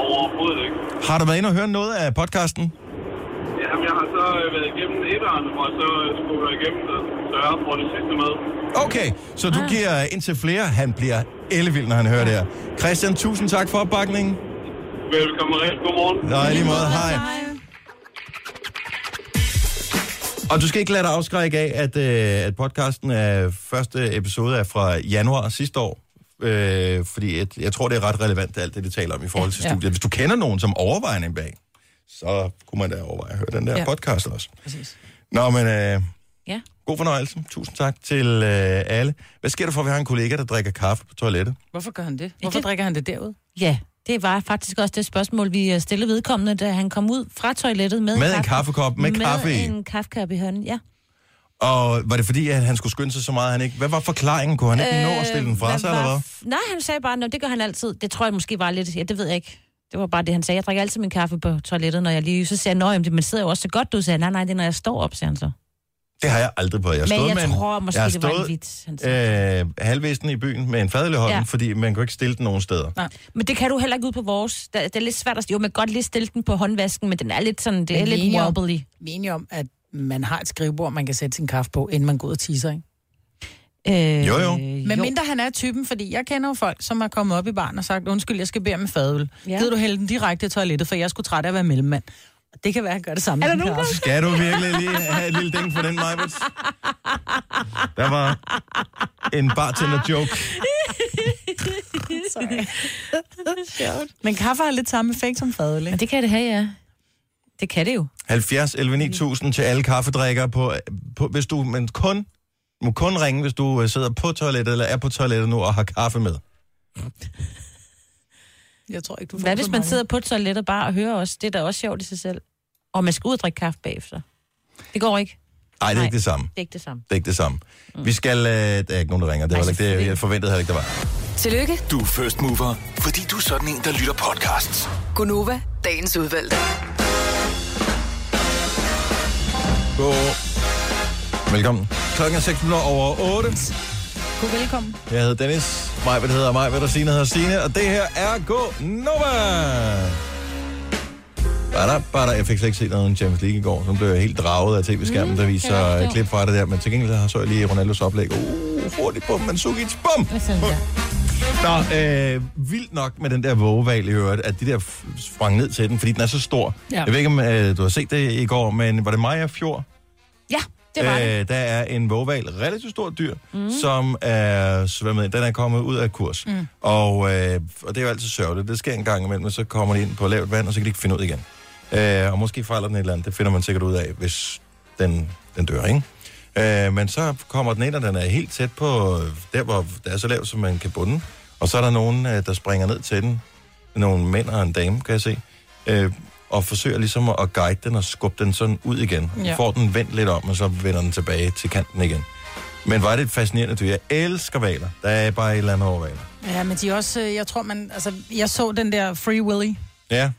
Overhovedet ikke.
Har du været inde og høre noget af podcasten?
Jamen, jeg har så øh, været igennem etteren, og så øh, skulle jeg igennem det større på det sidste med.
Okay, så du giver indtil flere. Han bliver ellevild, når han hører det her. Christian, tusind tak for opbakningen.
Velkommen rigtig godmorgen.
Nej, i lige måde. Hej. Og du skal ikke lade dig afskrække af, at, øh, at podcasten er første episode er fra januar sidste år. Øh, fordi et, jeg tror, det er ret relevant, alt det, de taler om i forhold til
Ja.
studiet. Hvis du kender nogen, som overvejer en bag, så kunne man da overveje at høre den der ja.
Ja.
podcast også.
Præcis.
Nå, men øh,
Ja.
god fornøjelse. Tusind tak til øh, alle. Hvad sker der for, at vi har en kollega, der drikker kaffe på toilettet?
Hvorfor gør han det? Hvorfor
det-
drikker han det derud?
Ja. Det var faktisk også det spørgsmål, vi øh, stillede vedkommende, da han kom ud fra toilettet med,
Med en kaffekop, med kaffe i.
Med en kaffekop i hånden, ja.
Og var det fordi, at han skulle skynde sig så meget, han ikke... Hvad var forklaringen? Kunne han ikke øh, nå at stille den fra
hvad
sig, eller
var
hvad?
f- Nej, han sagde bare, at det gør han altid. Det tror jeg måske var lidt, ja, det ved jeg ikke. Det var bare det, han sagde. Jeg drikker altid min kaffe på toilettet, når jeg lige... Så siger jeg, "Nå, jamen, det- man sidder jo også så godt, du sagde. jeg, Nej, nej, det er, når jeg står op, siger han så.
Det har jeg aldrig prøvet. Jeg har
Men
stået
jeg
med
tror
en,
måske,
jeg har
det var en
stået,
vits, han
øh, halvvæsen i byen med en fadøl i hånden,
Ja.
ja. fordi man kunne ikke stille den nogen steder.
Nej. Men det kan du heller ikke ud på vores. Det, det er lidt svært at... Jo, man kan godt lige stille den på håndvasken, men den er lidt sådan... Det er lidt wobbly.
Men om, at man har et skrivebord, man kan sætte sin kaffe på, inden man går ud og tisser, ikke?
Øh,
Jo, jo.
Men mindre han er typen, fordi jeg kender jo folk, som er kommet op i barn og sagt, undskyld, jeg skal bede om en fadøl. Ja. Gider du hælde den direkte i toilettet, for jeg skulle træt af at være mellemmand. Og det kan være, at han gør det samme.
Er der
med
nogen, der-
kaffe.
Skal du virkelig lige have et lille ding for den, Majbets? Der var en bartender-joke.
Men kaffe har lidt samme effekt som fadøl, ikke?
Det kan det have, ja. Det kan det jo.
70 11 9000 til alle kaffedrikkere på, på hvis du men kun du må kun ringe, hvis du øh, sidder på toilettet eller er på toilettet nu og har kaffe med.
Jeg tror ikke, du får
Hvad
så
hvis man
mange.
sidder på toilettet bare og hører os? Det er da også sjovt i sig selv. Og man skal ud og drikke kaffe bagefter. Det går ikke.
Nej, det er ikke det samme.
Det er ikke det samme.
Det er ikke det samme. Vi skal... Øh, der er ikke nogen, der ringer. Det var ikke det, jeg forventede heller ikke, der var.
Tillykke,
Du er first mover, fordi du er sådan en, der lytter podcasts.
Gunova, dagens udvalgte.
Gå. Velkommen. Klokken er 6 minutter over 8.
God velkommen.
Jeg hedder Dennis. Majbet hedder Majbet, og Signe hedder Signe. Og det her er Gå Nova. Bada, bada. Jeg fik slet ikke set noget om Champions League i går. Så blev jeg helt draget af tv-skærmen, der viser et klip fra det der. Men til gengæld har så jeg lige Ronaldos oplæg. Uh, hurtigt på Mandzukic. Bum! Nå, øh, vildt nok med den der vågeval i øvrigt, at de der f- sprang ned til den, fordi den er så stor.
Ja.
Ja. Jeg ved ikke, om øh, du har set det i går, men var det Maja Fjord?
Ja, det var øh, det.
Øh, der er en vågeval, relativt stort dyr, mm. som er svømmet ind. Den er kommet ud af kurs. Mm. Og, øh, og det er jo altid sørgeligt. Det sker en gang imellem, og så kommer de ind på lavt vand, og så kan de ikke finde ud igen. Øh, og måske fejler den et eller andet. Det finder man sikkert ud af, hvis den, den dør, ikke? Øh, men så kommer den ind, og den er helt tæt på øh, der, hvor det er så lavt, som man kan bunde. Og så er der nogen, øh, der springer ned til den. Nogle mænd og en dame, kan jeg se. Øh, og forsøger ligesom at guide den og skubbe den sådan ud igen.
Ja.
Ja. Får den vendt lidt om, og så vender den tilbage til kanten igen. Men var det et fascinerende dyr. Jeg elsker valer. Der er bare et eller andet over valer.
Ja, men de er også, øh, jeg tror man, altså, jeg så den der Free Willy,
Ja,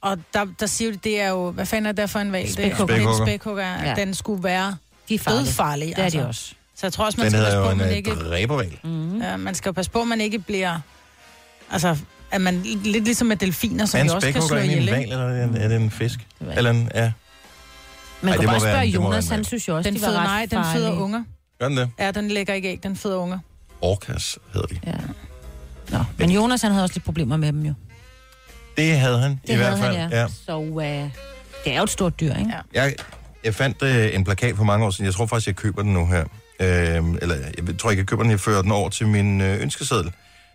og der, der siger jo, det er jo, hvad fanden er det for en valg?
Spækhugger.
Det er en
Spækhugger.
spækhugger. Ja.
Ja.
Den skulle være
De er farlige.
dødfarlig. altså.
Det er de også.
Så jeg tror også, man
den
skal passe
hedder jo
på, at
en
man
øh,
ikke,
dræberval.
ja, man skal jo passe på, at man ikke bliver, altså, at man lidt ligesom med delfiner, som
Er en
jo også kan slå
spækhugger egentlig
ihjel,
en
ikke?
val, eller er det en, er det en fisk?
ved jeg
Eller en, ja.
Man
Ej,
kan
det må
bare
være-
spørge
det må være
Jonas,
en
han
mand.
synes jo også,
Den
de var
føder,
ret
nej, den
farlige.
føder unger.
Gør den det?
Ja, den lægger ikke æg, den føder unger.
Orcas hedder de.
Ja. Nå, men Jonas, han havde også lidt problemer med dem jo.
Det havde han
Det
i
havde
hvert fald.
han, ja.
ja.
Så øh, det er jo et stort dyr, ikke?
Ja.
Jeg, jeg fandt øh, en plakat for mange år siden. Jeg tror faktisk, jeg køber den nu her. Øh, eller jeg tror ikke, jeg køber den. Jeg fører den over til min øh, ønskeseddel.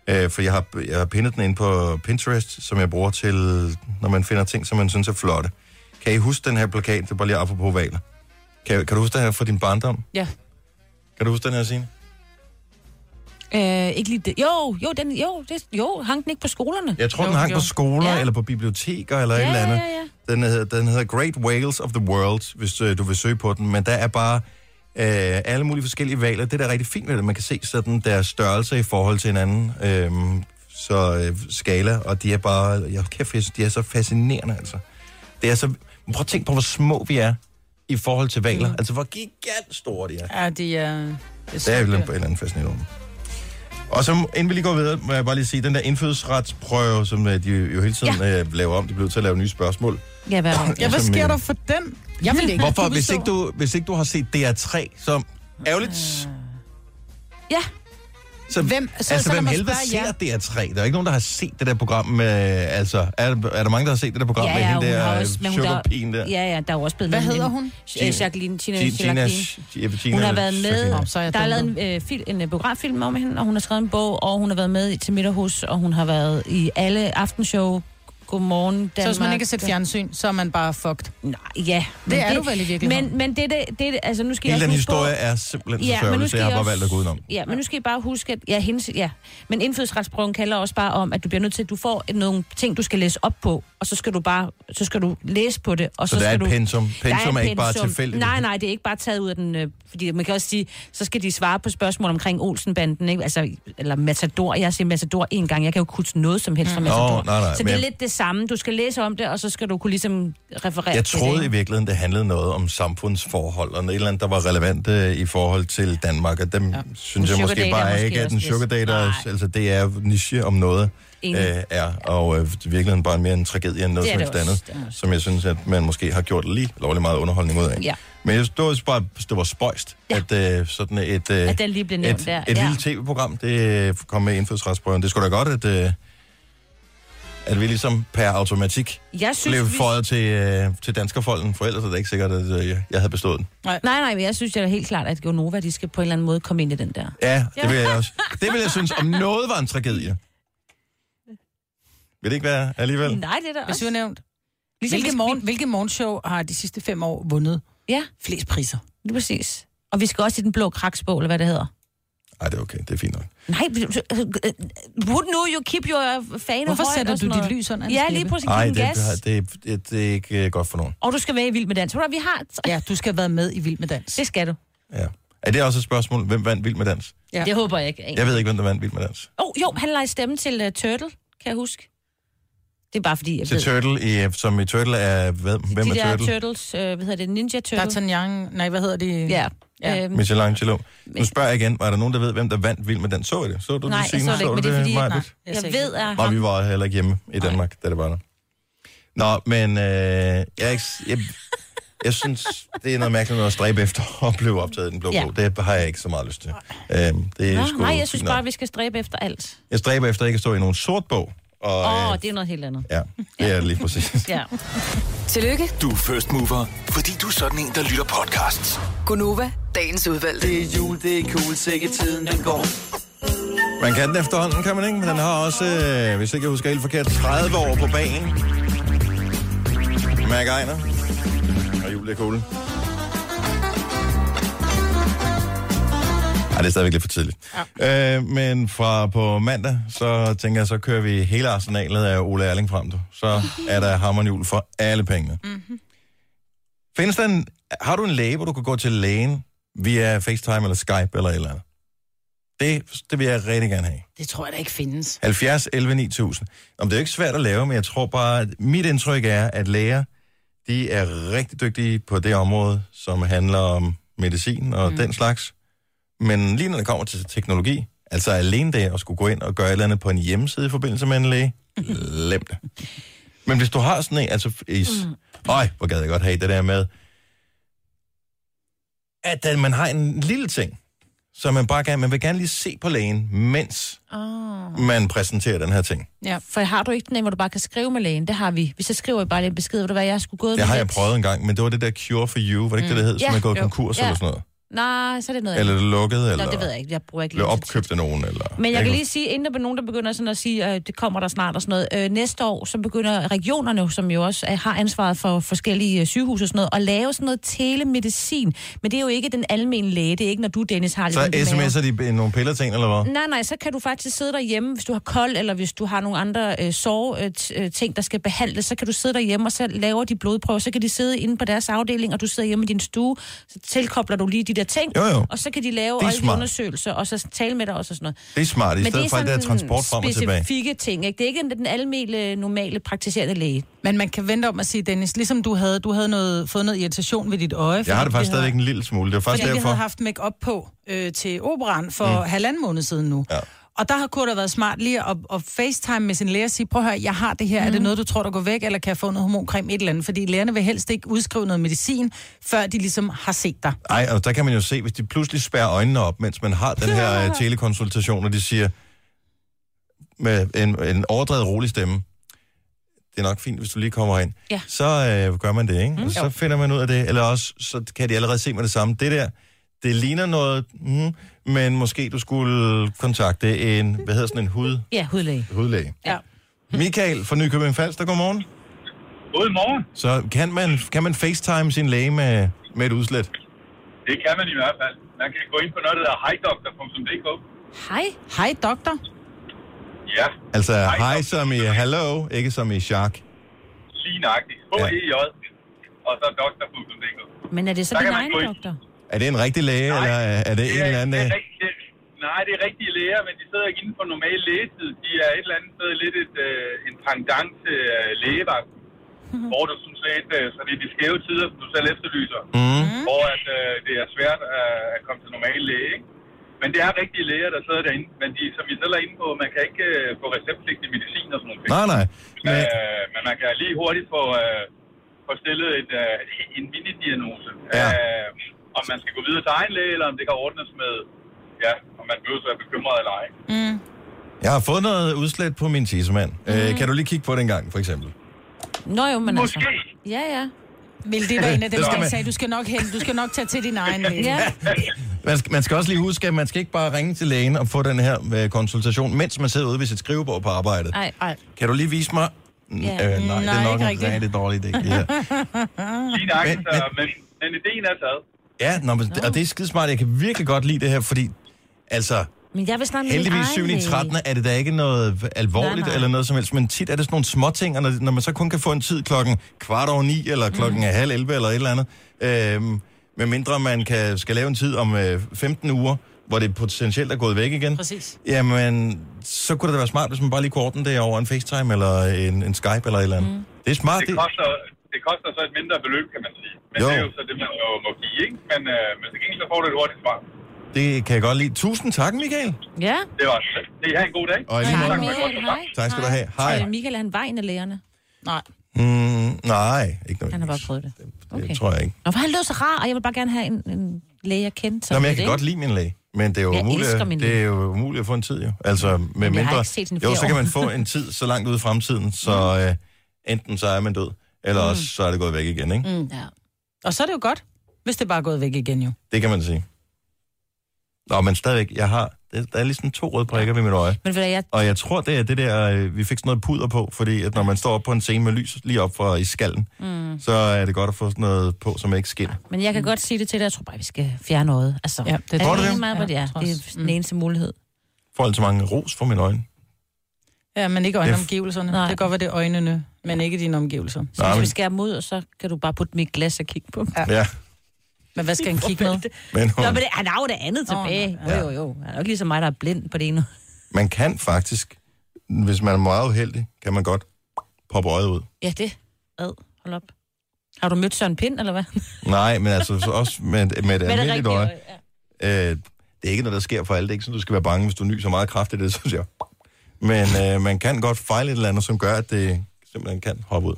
Øh, for jeg har, jeg har pinnet den ind på Pinterest, som jeg bruger til, når man finder ting, som man synes er flotte. Kan I huske den her plakat? Det er bare lige apropos valer. Kan, kan du huske den her fra din barndom?
Ja.
Kan du huske den her, Signe?
Øh, ikke lige det. Jo, jo, den, jo, det, jo, hang den ikke på skolerne?
Jeg tror,
Jo,
den hang
jo.
på skoler,
Ja.
ja. eller på biblioteker, eller
Ja,
et eller andet.
ja, ja.
Den, hedder, den hedder Great Whales of the World, hvis øh, du vil søge på den. Men der er bare øh, alle mulige forskellige valer. Det der er rigtig fint ved det, man kan se sådan deres størrelse i forhold til hinanden. Øh, så øh, skala, og de er bare... Jeg kæft, jeg synes, de er så fascinerende, altså. Det er så... men Prøv at tænke på, hvor små vi er i forhold til valer. Mm. Altså, hvor gigant store de er.
Ja, de er...
Det er jo en eller anden fascinerende ord. Og så, inden vi lige går videre, må jeg bare lige sige, den der indfødsretsprøve, som øh, de jo hele tiden ja. øh, laver om, de bliver til at lave nye spørgsmål.
Ja,
<laughs>
hvad var det?
Ja, hvad
Som,
sker
øh,
der for den? Jeg vil ikke.
Hvorfor, hvis ikke, du, hvis ikke du har set DR3, så ærgerligt,
Ah. Ja,
så,
Hvem- så- så
altså,
lad
hvem
mig
helvede ser
spørge
DR3? Der er ikke nogen, der har set det der program med, altså, er, er der mange, der har set det der program med hende
hun har
der
også- men hun-
sugarpigen der?
Ja, ja, der er jo også blevet
Hvad
lavet
hedder
en-
hun?
Ja, Jacqueline Tina
Gina-
Jacqueline.
Gina- Gina-
Hun har været med,
Jacqueline.
Nå, så er jeg
der er lavet
dumpet.
en, øh, fil, en øh, biograffilm om hende, og hun har skrevet en bog, og hun har været med i- til middag hos, og hun har været i alle aftenshow Godmorgen Danmark.
Så hvis man ikke kan sætte fjernsyn, så er man bare fucked.
Nej, ja.
Det er du vel i virkeligheden.
Men, men det, det, det, altså nu skal jeg
Hele
også
den
huske på-
historie er simpelthen så
men nu
sørgelig, så
skal
jeg har
I
bare
også-
valgt at gå udenom.
Ja, men nu skal I bare huske, at ja, hendes, ja. men indfødsretsprøven kalder også bare om, at du bliver nødt til, at du får et- nogle ting, du skal læse op på, og så skal du bare, så skal du læse på det. Og
Så
så,
der er et
skal du,
pensum.
Der
Pensum
et
er ikke bare tilfældigt.
Nej, nej, det er ikke bare taget ud af den, øh, fordi man kan også sige, så skal de svare på spørgsmål omkring Olsenbanden, ikke? Altså, eller Matador, jeg siger Matador en gang, jeg kan jo kunne noget som helst fra
Mm.
Matador.
Nå, nej, nej,
så
men
det er
jeg-
lidt det samme, du skal læse om det, og så skal du kunne ligesom referere
Jeg
til
troede i
det.
virkeligheden, det handlede noget om samfundsforhold, og noget et eller andet, der var relevant øh, i forhold til Danmark, og dem ja. synes jeg
sugar
måske
daddy er
bare
måske
ikke, at
også
en
lidt-
sugar date er- altså det er niche om noget, øh,
Enig.
er, og øh, i virkeligheden bare mere en tragedie end noget
Det er
som
det
helst
også,
andet,
det er også.
som jeg synes, at man måske har gjort lige lovlig meget underholdning ud af.
Ja.
Men jeg stod bare, det var spøjst, ja. at øh, sådan et, øh,
At den lige blev nævnt
et,
der,
et
ja.
lille tv-program, det øh, kom med i indfødsretsprøven. Det skulle da godt, at, øh, at vi ligesom per automatik
Jeg synes,
blev
vi-
føjet til, øh, til danskerfolden, for ellers er det ikke sikkert, at øh, jeg havde bestået den.
Nej.
nej, nej, men jeg synes jeg da helt klart, at Gonova, de skal på en eller anden måde komme ind i den der.
Ja, det vil jeg også. Det vil jeg synes, om noget var en tragedie. Vil det ikke være alligevel?
Nej, det er da
også. Hvis nævnt. Ligesom hvilke, morgen, hvilke morgenshow har de sidste fem år vundet
ja.
flest priser?
Det er præcis. Og vi skal også i den blå kraksbog, eller hvad det hedder.
Nej, det er okay. Det er fint nok.
Nej, vil du- øh, øh, would nu you keep your fan
Hvorfor
højt
sætter
og
du
sådan
dit
noget?
lys under en
Ja,
skæppe?
lige præcis.
Nej,
Ej,
det,
gas.
det, det, det, det er ikke øh, godt for nogen.
Og du skal være i Vild med Dans. Ved du hvad, vi har...
Ja, du skal have været med i Vild med Dans.
Det skal du.
Er det også et spørgsmål? Hvem vandt Vild med Dans?
Ja. Det håber jeg ikke.
Jeg ved ikke, hvem der vandt Vild med Dans.
Oh, jo, han leger stemme til uh, Turtle, kan jeg huske. Det er bare fordi, jeg
Til
ved.
Turtle, i, som i Turtle er... Hvem, hvem
De
er
der
Turtle?
Turtles, øh, hvad hedder det, Ninja Turtle?
D'Artagnan, nej, hvad hedder det?
Ja.
Ja.
Øhm,
Michelangelo. Nu spørger jeg igen, var der nogen, der ved, hvem der vandt Vild med Dans? Så I det? Så du
nej,
det,
jeg
Signe?
så det ikke,
du
men det er fordi,
Maja?
jeg, jeg ved, at
Nå, vi
ham...
var heller ikke hjemme i Danmark, da det var der. Nå, men øh, jeg, er ikke, s- jeg, jeg synes, det er noget mærkeligt noget at stræbe efter og blive optaget i den blå
Ja.
ja. Det har jeg ikke så meget lyst til. Øhm, det er
Nå,
sgu
nej, jeg
fint
synes
nok.
bare, at vi skal stræbe efter alt.
Jeg stræber efter ikke at stå i nogen sort bog. Og,
Åh,
øh,
oh, det er noget helt andet.
ja, det er det lige
<laughs>
præcis.
Ja.
Tillykke,
Du er first mover, fordi du er sådan en, der lytter podcasts.
Gunova, dagens udvalgte. Det er jul, det er cool, sikkert tiden den går.
Man kan den efterhånden, kan man ikke? Men den har også, øh, hvis ikke jeg husker helt forkert, 30 år på banen. Mærk Ejner. Og Julie Kugle. Ej, det er stadigvæk lidt for tidligt. Ja. Øh, men fra på mandag, så tænker jeg, så kører vi hele arsenalet af Ole Erling frem. Du. Så er der hammerhjul for alle pengene. Mm-hmm. Findes der en, har du en læge, hvor du kan gå til lægen via FaceTime eller Skype eller et eller andet? Det, det vil jeg rigtig gerne have.
Det tror jeg da ikke findes.
70, 11, 9000. Om det er jo ikke svært at lave, men jeg tror bare, at mit indtryk er, at læger, de er rigtig dygtige på det område, som handler om medicin og mm. den slags. Men lige når det kommer til teknologi, altså alene det at skulle gå ind og gøre et eller andet på en hjemmeside i forbindelse med en læge, glem det. Men hvis du har sådan en, altså... Is, Øj, hvor gad jeg godt have det der med, at øh, man har en lille ting, som man bare gerne, man vil gerne lige se på lægen, mens
Oh.
man præsenterer den her ting.
Ja, for har du ikke den, hvor du bare kan skrive med lægen? Det har vi. Hvis jeg skriver bare lidt besked, ved du hvad, jeg skulle gået
Det har
med
jeg
lidt-
prøvet en gang, men det var det der Cure for You, var det ikke mm. det, det hed, som
Ja,
er gået
jo.
konkurs
Ja.
eller sådan noget?
Nej, så er det noget
Eller
andet.
det lukkede, eller
Nå, det ved jeg ikke. Jeg bruger ikke
blev
lige
opkøbt af nogen, eller...
Men jeg kan lige sige, inden der er nogen, der begynder sådan at sige, øh, det kommer der snart og sådan noget. Øh, næste år, så begynder regionerne, som jo også er, har ansvaret for forskellige øh, sygehus og sådan noget, at lave sådan noget telemedicin. Men det er jo ikke den almindelige læge. Det er ikke, når du, Dennis, har ligesom lidt
Så
ondt i maven.
sms'er de nogle piller til en, eller hvad?
Nej, nej, så kan du faktisk sidde derhjemme, hvis du har kold, eller hvis du har nogle andre øh, sår, øh, t- øh, ting, der skal behandles, så kan du sidde derhjemme, og så laver de blodprøver, så kan de sidde inde på deres afdeling, og du sidder hjemme i din stue, så tilkobler du lige de der ting,
Jo, jo.
og så kan de lave
Det er
alle de
smart.
undersøgelser, og så tale med dig også og sådan noget.
Det er smart, i
Men
stedet for alt det her transport frem og tilbage.
specifikke ting, ikke? Det er ikke den- den almindelige, normale praktiserende læge.
Men man kan vente om at sige, Dennis, ligesom du havde, du havde noget, fået noget irritation ved dit øje.
Jeg har det
fordi vi
faktisk
havde-
stadigvæk en lille smule, det var faktisk
fordi vi havde
derfor.
haft make op på øh, til operan for
Mm.
mm. halvanden måned siden nu. Ja. Og der har kunne det været smart lige at, at facetime med sin læge og sige, prøv at høre, jeg har det her, mm. er det noget, du tror, der går væk, eller kan jeg få noget hormoncreme, et eller andet? Fordi lægerne vil helst ikke udskrive noget medicin, før de ligesom har set dig.
Ej, og der kan man jo se, hvis de pludselig spærrer øjnene op, mens man har den
<laughs>
her øh, telekonsultation, og de siger med en, en overdrevet rolig stemme, det er nok fint, hvis du lige kommer ind.
Ja.
Så øh, gør man det, ikke? Mm. Og
Jo.
så finder man ud af det, eller også så kan de allerede se med det samme. Det der, det ligner noget, mm, men måske du skulle kontakte en, hvad hedder sådan en hud,
Ja, hudlæge.
hudlæge.
Ja.
Michael fra Nykøbing Falster, godmorgen.
Godmorgen.
Så kan man, kan man facetime sin læge med, med et udslæt?
Det kan man i hvert fald. Man kan gå ind på noget, der hedder hejdoktor.dk.
Hej.
Hej, doktor.
Ja,
Altså, hej som i hello, ikke som i shark.
lige nøjagtigt. H-E-J. E Og så doktor.dk.
Men er det så
Der
din
kan man
egen
gå i-
doktor?
Er det en rigtig læge, Nej, eller er er det, det en eller anden øh?
det
dag?
er rigtig, nej, det er rigtige læger, men de sidder ikke inde for normal lægetid. De er et eller andet sted lidt et, øh, en pendant til øh, lægevagten. hvor du sådan set, øh, så det er de skæve tider, som du selv efterlyser.
Mm.
Hvor at, øh, det er svært øh, at komme til normal læge, ikke? Men det er rigtige læger, der sidder derinde. Men de, som I selv er inde på, man kan ikke øh, få receptpligtig medicin og sådan noget.
Nej, nej.
Men... Øh, men man kan lige hurtigt få, øh, få stillet et, øh, en minidiagnose. Ja. Øh, om man skal gå videre til egen læge, eller om det kan ordnes med, ja, om man behøver at være bekymret eller ej.
Mm.
Jeg har fået noget udslæt på min tissemand. Mm. Øh, kan du lige kigge på den gang, for eksempel?
Nå jo, men
Måske. altså.
Ja, ja.
Vil det være en af dem,
Det skal
der
man-
sagde, du skal nok hen, du skal nok tage til din egen læge.
Ja.
Man skal, man skal også lige huske, at man skal ikke bare ringe til lægen og få den her øh, konsultation, mens man sidder ude ved sit skrivebord på arbejdet.
Ej.
Ej.
Kan du lige vise mig? Mm,
Ja.
Øh, nej, det er
Nej,
nok
ikke
en
rigtigt.
rigtig dårlig
<laughs>
idé. Ja,
Lige nok, men, men... men, men ideen er taget.
ja nå, men, og det er skidesmart. Jeg kan virkelig godt lide det her, fordi altså,
Men jeg vil snakke med
heldigvis
min
7.
egen
i 13. er det da ikke noget alvorligt
Nej,
nej,
nej.
nej. eller noget som helst, men tit er det sådan nogle små ting, og når, når man så kun kan få en tid klokken kvart over ni, eller klokken mm. halv elve, eller et eller andet, øhm, med mindre man kan, skal lave en tid om øh, 15 uger, hvor det potentielt er gået væk igen,
Præcis.
Jamen, så kunne det da være smart, hvis man bare lige kunne ordne det over en FaceTime eller en, en Skype eller et eller andet. Mm. Det er smart.
Det koster, det koster så et mindre beløb, kan man sige. Men
Jo.
jo. det er jo så det, man jo må give, ikke? Men, øh, men til gengæld så får du et hurtigt svar.
det kan jeg godt lide. Tusind tak, Michael.
Ja.
Det var det. Det er en god dag.
Og i lige
Hej,
måde.
Michael. Hej.
Tak skal du have.
Tror
Hej.
du, Michael er han vejen af lægerne?
Nej.
Mm, nej, ikke
Han
noget.
har bare prøvet det.
Det tror jeg ikke.
Nå, for han lød så rar, og jeg vil bare gerne have en, en læge, jeg kendte.
Nå, men jeg
lidt,
kan
ikke?
godt lide min læge. Men det er, jo
Jeg
umuligt,
elsker min
det er jo umuligt at få en tid, jo. Altså, med
har
mindre...
ikke set hende i
jo,
flere
så kan
år. Mm.
man få en tid så langt ude i fremtiden, så øh, enten så er man død, eller også så er det gået væk igen, ikke?
Mm.
Ja.
Og så er det jo godt, hvis det bare er gået væk igen jo.
Mm.
Det kan man sige. Nå, men stadigvæk, jeg har... det- Der er ligesom to røde prikker ved mit øje.
Men ved du, hvad, jeg,
Og jeg tror, det er det der, øh, vi fik sådan noget puder på, fordi at når man står op på en scene med lys lige op fra i skallen, mm. så er det godt at få sådan noget på, som ikke skinner.
men jeg kan godt sige det til dig. Jeg tror bare, vi skal fjerne noget. Altså,
Ja, det
tror du det?
Meget, hvad det, er.
Ja,
det
trods.
er den eneste mulighed.
Får altså mange ros for mine øjne.
Ja, men ikke øjenomgivelserne.
Nej.
Det kan godt være, det er øjnene, men ikke dine omgivelser.
Så
Nej,
hvis vi
men-
skærer dem ud, og så kan du bare putte dem i et glas og kigge på dem.
Ja,
Men hvad skal han kigge med?
men
Nå,
hun,
men det, han har jo det andet tilbage.
ja.
Jo, jo, jo. Han er jo ikke ligesom mig, der er blind på det ene.
man kan faktisk, hvis man er meget uheldig, kan man godt poppe øjet ud.
Ja, det. Ad, hold op. Har du mødt Søren Pind,
<laughs>
eller hvad?
Nej, men altså så også med,
<laughs>
med et almindeligt
rigtige
øje.
øje, ja.
Øh, det er ikke noget, der sker for alle. Det er ikke sådan, du skal være bange, hvis du nyser meget kraftigt. Det synes jeg. Men øh, man kan godt fejle et eller andet, som gør, at det simpelthen kan hoppe ud.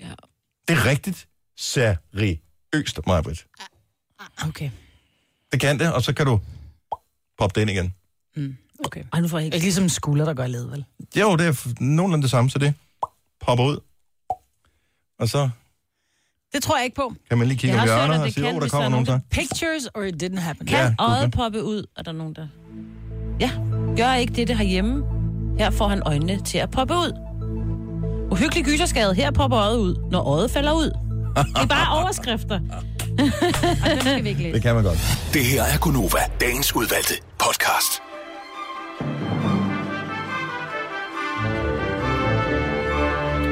Ja.
Det er rigtigt seriøst, Majbrit.
Okay,
Det kan det, og så kan du poppe det ind igen.
okay.
Ej, nu får jeg
Ikke
ikke...
ligesom en skulder, der gør led, vel?
Jo, det er f- nogenlunde det samme, så det popper ud. Og så
Det tror jeg ikke på.
kan man lige kigge
Jeg
om
har også hørt,
hjørnet
at
og
det
sige,
kan,
åh, der
hvis
kommer
der er
nogen
nogen,
så.
Pictures or it didn't happen.
Ja,
Kan
du
øjet
kan.
poppe ud? Er der nogen, der... Ja, gør ikke det, det herhjemme. Her får han øjnene til at poppe ud. Uhyggelig gyserskade. Her popper øjet ud, når øjet falder ud. Det er bare
<laughs>
overskrifter.
Dem skal vi ikke læse.
Det kan man godt.
Det her er Gunova, dagens udvalgte podcast.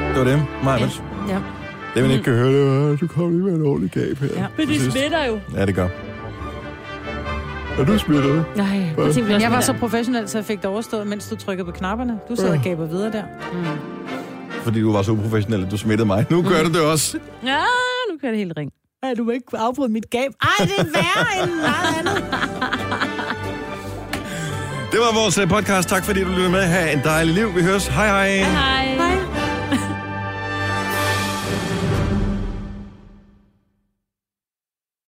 Det var det, Majbrit.
Ja. Mm.
Det man ikke kan høre, det var, du kom lige med en ordentlig gab her.
Ja.
Men det smitter jo. Ja, det gør. Er du smittet?
Nej, det tænkte
Men jeg var
så...
så professionel, så jeg fik det overstået, mens du trykkede på knapperne. Du sidder og gaber videre der.
Fordi du var så uprofessionel, at du smittede mig. Nu
Mm.
gør du det også.
Ja, nu kører det helt ring.
Ej, du må ikke afbryde mit gab. Ej, det er værre end meget andet.
Det var vores øh, podcast. Tak fordi du lyttede med. Ha' en dejlig liv. Vi høres. Hej hej.
Hej.